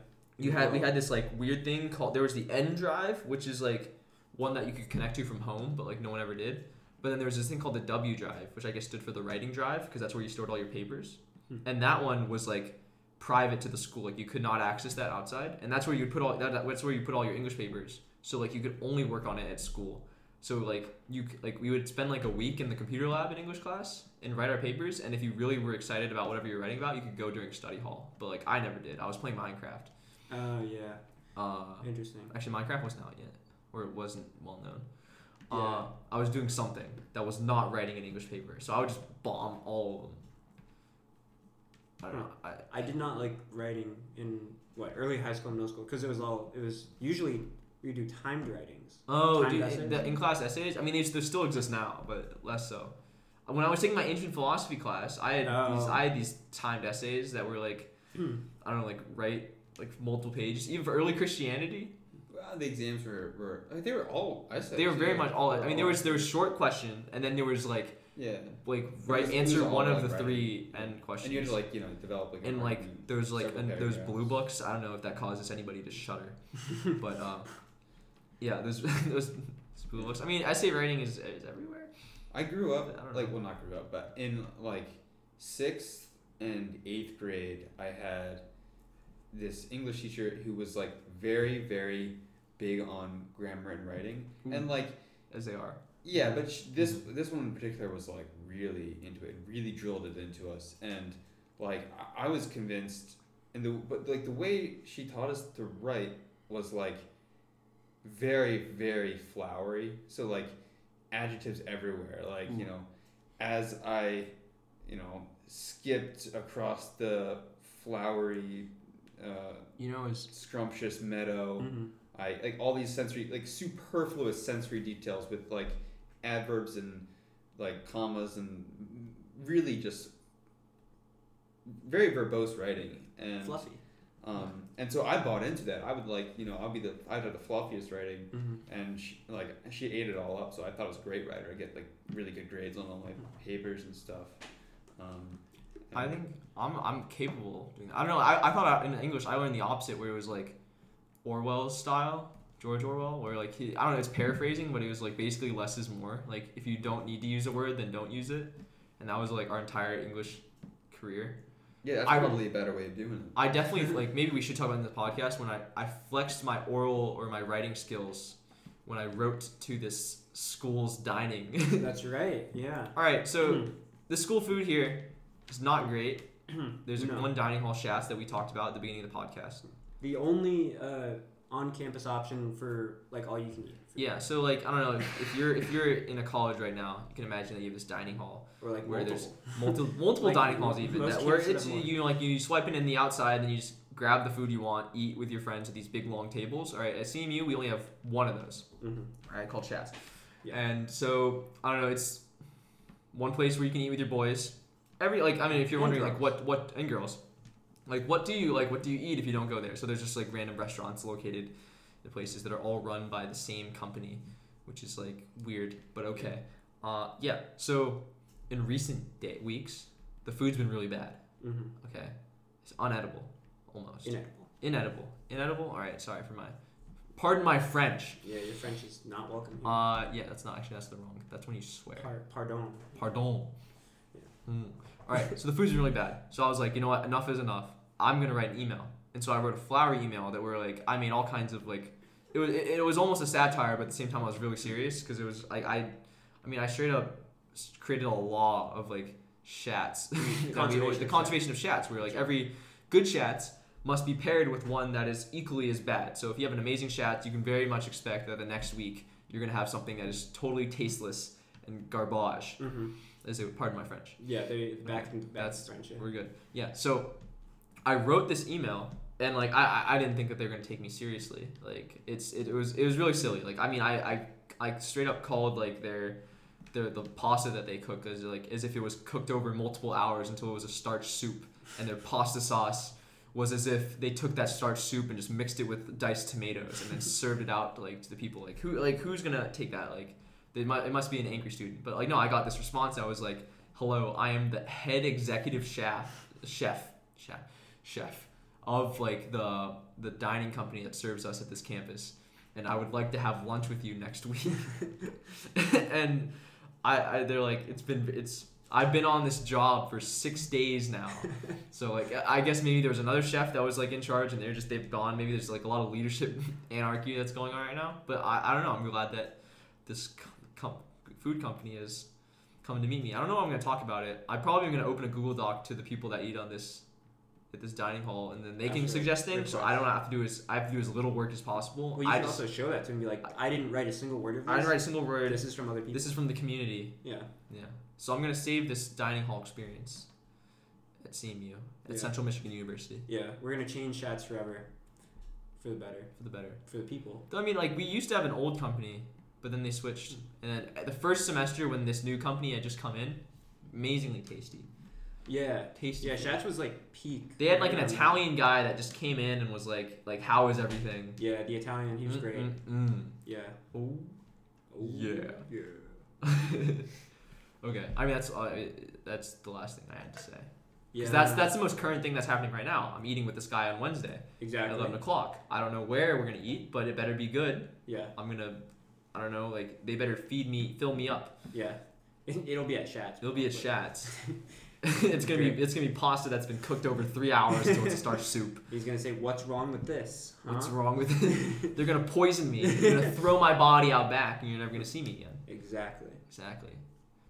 S1: you had we had this like weird thing called there was the n drive which is like one that you could connect to from home but like no one ever did but then there was this thing called the w drive which i guess stood for the writing drive because that's where you stored all your papers
S2: Hmm.
S1: and that one was like private to the school like you could not access that outside and that's where you put all that, that's where you put all your english papers so like you could only work on it at school so like you c- like we would spend like a week in the computer lab in english class and write our papers and if you really were excited about whatever you're writing about you could go during study hall but like i never did i was playing minecraft
S2: Oh yeah.
S1: uh,
S2: Interesting.
S1: actually, Minecraft wasn't out yet, or it wasn't well known. Uh,
S2: Yeah.
S1: I was doing something that was not writing an English paper, so I would just bomb all of them. I don't know. I,
S2: I did not like writing in what early high school and middle school because it was all it was usually we do timed writings.
S1: oh,
S2: Timed
S1: dude,
S2: essays?
S1: the in-class essays. I mean, they, they still exist now, but less so. When I was taking my ancient philosophy class, I had these
S2: Oh.
S1: I had these timed essays that were like
S2: (laughs)
S1: I don't know, like write like multiple pages. Even for early Christianity,
S3: Well, Uh, the exams were, were like, they were all I said.
S1: they were
S3: too.
S1: very much all. I mean, there was there was short question, and then there was like
S3: Yeah.
S1: like
S3: It
S1: right
S3: was- it
S1: answer
S3: was all
S1: one of
S3: like
S1: the
S3: writing.
S1: three end questions.
S3: And you had to like, you know, develop like
S1: and like there's like
S3: several
S1: and those
S3: paragraphs.
S1: blue books. I don't know if that causes anybody to shudder,
S2: Mm-hmm.
S1: but um, yeah, those (laughs) those those blue books. I mean, essay writing is is everywhere.
S3: I grew
S1: I
S3: up
S1: don't
S3: like
S1: know.
S3: well not grew up, but in like sixth and eighth grade I had this English teacher who was like very, very big on grammar and writing. And like
S1: as they are.
S3: yeah, but sh- this this one in particular was like really into it, really drilled it into us, and like I, I was convinced, and the but like the way she taught us to write was like very very flowery, so like adjectives everywhere, like you know, as I, you know, skipped across the flowery, uh,
S1: You know, is
S3: scrumptious meadow.
S2: Mhm.
S3: I like all these sensory, like superfluous sensory details with like adverbs and like commas and really just very verbose writing and
S2: Fluffy.
S3: um and so I bought into that. I would like you know I'll be the I'd have the fluffiest writing
S2: Mhm.
S3: and she, like she ate it all up. So I thought I was a great writer. I get like really good grades on all my papers and stuff. Um,
S1: I
S3: and-
S1: think I'm I'm capable. Of doing that. I don't know. I, I thought I, in English I learned the opposite, where it was like Orwell's style, George Orwell, where like he I don't know. It's paraphrasing, but it was like basically less is more. Like if you don't need to use a word, then don't use it. And that was like our entire English career.
S3: yeah, that's
S1: I-
S3: probably a better way of doing
S1: I
S2: Mm-hmm.
S1: definitely like maybe we should talk about it in the podcast when I, I flexed my oral or my writing skills when I wrote to this school's dining. (laughs)
S2: That's right. Yeah.
S1: All right, so
S2: Mm-hmm.
S1: the school food here is not great. There's
S2: Hmm. No.
S1: one dining hall shafts that we talked about at the beginning of the podcast.
S2: The only uh, on campus option for like all you can eat.
S1: Yeah, so like I don't know if, if you're if you're in a college right now, you can imagine that you have this dining hall,
S2: Or like
S1: Where there's-
S2: multiple. (laughs)
S1: multiple multiple
S2: Like,
S1: dining halls even
S2: most
S1: that where
S2: campuses have
S1: it's
S2: more.
S1: you know, like you swipe in in the outside and you just grab the food you want, eat with your friends at these big long tables. All right, at CMU we only have one of those.
S2: Mhm.
S1: All right, called Chats.
S2: Yeah.
S1: And so I don't know, it's one place where you can eat with your boys. Every like I mean, if you're
S2: And
S1: wondering like
S2: girls.
S1: what what and girls, like what do you like what do you eat if you don't go there? So there's just like random restaurants located in places that are all run by the same company, which is like weird but okay. Uh, yeah. So in recent day- weeks, the food's been really bad.
S2: Mhm.
S1: Okay, it's unedible almost.
S2: Inedible.
S1: Inedible. Inedible. All right. Sorry for my. Pardon my French.
S2: Yeah, your French is not welcome. Here.
S1: Uh, yeah, that's not actually that's the wrong. That's when you swear.
S2: Par- pardon.
S1: Pardon.
S2: Yeah.
S1: Mm. All right, so the food's been really bad. So I was like, you know what? Enough is enough. I'm gonna write an email. And so I wrote a flower email that were like, I mean, all kinds of like, it was it, it was almost a satire, but at the same time, I was really serious because it was like I, I mean, I straight up s- created a law of like
S2: (laughs)
S1: shats, (laughs) That we
S2: Conservation
S1: always- the
S2: of
S1: conservation of shats, where like every good shats must be paired with one that is equally as bad. So if you have an amazing shat, you can very much expect that the next week you're gonna have something that is totally tasteless and garbage.
S2: Mm-hmm.
S1: As it, pardon my French.
S2: Yeah, they back in back
S1: That's-
S2: to French. Yeah.
S1: We're good. Yeah. So I wrote this email and like I, I I didn't think that they were gonna take me seriously. Like it's it, was it was really silly. Like I mean I, I I straight up called like their their the pasta that they cooked as like as if it was cooked over multiple hours until it was a starch soup and their pasta sauce was as if they took that starch soup and just mixed it with diced tomatoes and then served it out like to the people like who like who's gonna take that like they mu it must be an angry student but like no I got this response I was like hello I am the head executive chef chef chef chef of like the the dining company that serves us at this campus and I would like to have lunch with you next week (laughs) and I, I they're like it's been it's I've been on this job for six days now so like I I guess maybe there was another chef that was like in charge and they're just they've gone maybe there's like a lot of leadership (laughs) anarchy that's going on right now but I, I don't know I'm glad that this com- com- food company is coming to meet me I don't know how I'm gonna talk about it I probably am gonna open a Google Doc to the people that eat on this at this dining hall and then they can
S2: After
S1: suggest things so
S2: request.
S1: I don't have to do as I have to do as little work as possible
S2: Well, you
S1: I
S2: can
S1: just
S2: also show that to him and be like, I didn't write a single word of this.
S1: I didn't write a single word
S2: This is from other people.
S1: this is from the community.
S2: yeah.
S1: Yeah. So I'm gonna save this dining hall experience at CMU at
S2: Yeah.
S1: Central Michigan University
S2: Yeah, we're gonna change shots forever, for the better,
S1: for the better.
S2: for the people.
S1: Though I mean, like we used to have an old company, but then they switched,
S2: Hmm.
S1: and then at the first semester when this new company had just come in, amazingly tasty,
S2: Yeah,
S1: tasty.
S2: yeah.
S1: food.
S2: Shats was like peak.
S1: They had like an
S2: Um,
S1: Italian guy that just came in and was like, like, how is everything?
S2: Yeah, the Italian. He was
S1: Mm,
S2: great.
S1: mm, mm.
S2: Yeah.
S1: Oh.
S2: Ooh,
S1: Yeah.
S2: Yeah. (laughs)
S1: okay. I mean, that's uh, that's the last thing I had to say.
S2: Yeah.
S1: Because that's that's the most current thing that's happening right now. I'm eating with this guy on Wednesday at
S2: exactly.
S1: eleven o'clock. I don't know where we're gonna eat, but it better be good.
S2: Yeah,
S1: I'm gonna, I don't know, like they better feed me, fill me up.
S2: yeah. It, it'll be at Shats.
S1: It'll be at
S2: probably.
S1: Shats. (laughs) it's gonna be it's gonna be pasta that's been cooked over three hours until it's a starch
S2: (laughs)
S1: soup.
S2: He's gonna say, "What's wrong with this?" Huh?
S1: What's wrong with it? (laughs) They're gonna poison me. They're
S2: (laughs)
S1: gonna throw my body out back, and you're never gonna see me again. (laughs)
S2: Exactly.
S1: Exactly.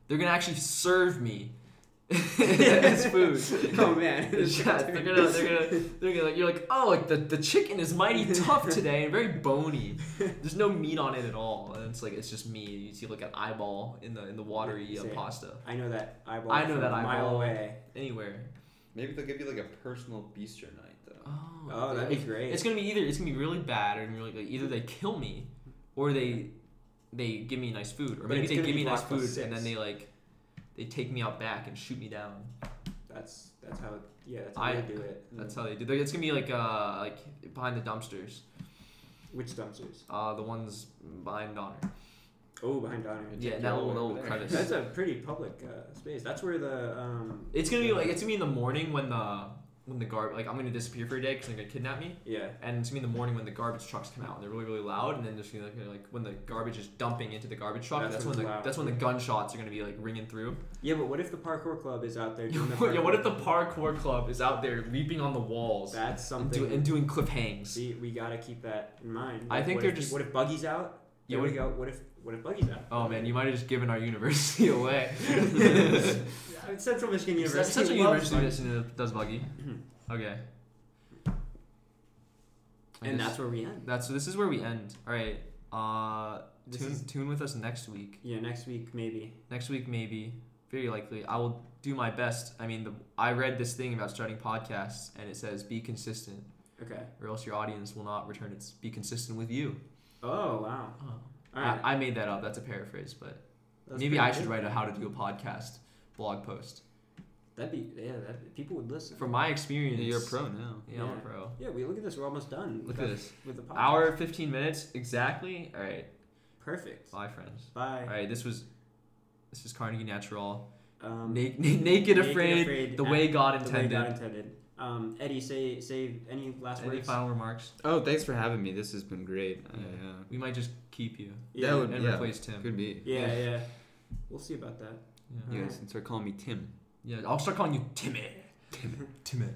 S1: They're gonna actually serve me (laughs) as food.
S2: (laughs) oh man.
S1: Yeah, they're gonna, they're gonna, they're gonna, you're like, oh, like the, the chicken is
S2: (laughs)
S1: mighty tough today and very bony. There's no meat on it at all, and it's like it's just me. You see like an eyeball in the in the watery uh,
S2: Same.
S1: pasta
S2: (laughs) I know that eyeball.
S1: I know
S2: from
S1: that
S2: a mile
S1: eyeball.
S2: away.
S1: anywhere.
S3: Maybe they'll give you like a personal bistro night though.
S1: Oh,
S2: Oh, that'd be
S1: it-
S2: great.
S1: It's gonna be either it's gonna be really bad or really like, either they kill me, or they they give me nice food, or
S2: But
S1: maybe
S2: it's
S1: they
S2: gonna
S1: give
S2: be
S1: me nice
S2: blocked by
S1: food
S2: six.
S1: and then they like they take me out back and shoot me down.
S2: That's that's how. Yeah, that's how
S1: I-
S2: they do it.
S1: That's how they do. It's gonna be like uh like behind the dumpsters,
S2: Which dumpsters?
S1: uh the ones behind Donner.
S2: Oh, behind Donner.
S3: They
S1: Yeah,
S3: take
S1: that
S3: you all
S1: little,
S3: the way
S1: little
S3: over there.
S1: crevice.
S2: That's a pretty public uh, space. That's where the um.
S1: It's gonna be
S2: the-
S1: like it's gonna be in the morning when the when the garb like I'm gonna disappear for a day because they're gonna kidnap me,
S2: Yeah.
S1: and it's gonna be in the morning when the garbage trucks come out and they're really really loud, and then there's gonna be like, like when the garbage is dumping into the garbage truck.
S2: That's
S1: That's,
S2: when
S1: when the
S2: it's loud.
S1: that's when the gunshots are gonna be like ringing through.
S2: Yeah, but what if the parkour club is
S1: (laughs)
S2: out there doing the
S1: yeah, what if the
S2: parkour?
S1: parkour club is out there leaping on the walls
S2: That's
S1: and, do,
S2: something.
S1: and doing cliff hangs?
S2: See, we gotta keep that in mind.
S1: I
S2: Like,
S1: think
S2: what
S1: they're
S2: if,
S1: just-
S2: What if Buggy's out?
S1: Yeah,
S2: There
S1: what
S2: we go. What if what if Buggy's out?
S1: Oh man, you might have just given our university (laughs)
S2: (laughs)
S1: away.
S2: Yeah, Central Michigan University.
S1: That's such a
S2: loves Mm-hmm.
S1: university that does buggy. Okay. I
S2: and
S1: guess
S2: that's where we end.
S1: that's this is where we end. All right. Uh,
S2: This
S1: tune
S2: is-
S1: tune with us next week.
S2: yeah, next week maybe.
S1: Next week maybe, very likely. I will do my best. I mean, the, I read this thing about starting podcasts, and it says be consistent,
S2: Okay.
S1: or else your audience will not return. It's be consistent with you.
S2: Oh wow. All right.
S1: I, I made that up. That's a paraphrase, but
S2: That's
S1: Uh, maybe
S2: pretty
S1: I should
S2: good.
S1: write a how to do a podcast blog post.
S2: That'd be yeah. That people would listen.
S1: From my experience,
S4: You're a pro now.
S1: Yeah, I'm a
S2: Yeah.
S1: pro.
S2: yeah, we look at this. We're almost done.
S1: Look at
S2: with
S1: this.
S2: the- With the podcast.
S1: Hour 15 minutes exactly. All right.
S2: Perfect.
S1: Bye, friends.
S2: Bye.
S1: All right. This was this is Carnegie Natural.
S2: Um,
S1: Na- naked, naked afraid, The way God
S2: the way
S1: intended.
S2: God intended. Um, Eddie, say say any last
S1: Any
S2: words.
S1: final remarks?
S3: Oh, thanks for having me. This has been great. Uh,
S1: Yeah.
S3: yeah.
S1: We might just keep you
S2: yeah.
S3: that would-
S1: and
S3: Yeah.
S1: replace Tim.
S3: Could be.
S2: yeah, yeah. We'll see about that.
S1: Yeah.
S3: You
S2: Alright.
S3: guys can start calling me Tim.
S1: yeah. I'll start calling you Timmy. Timmy.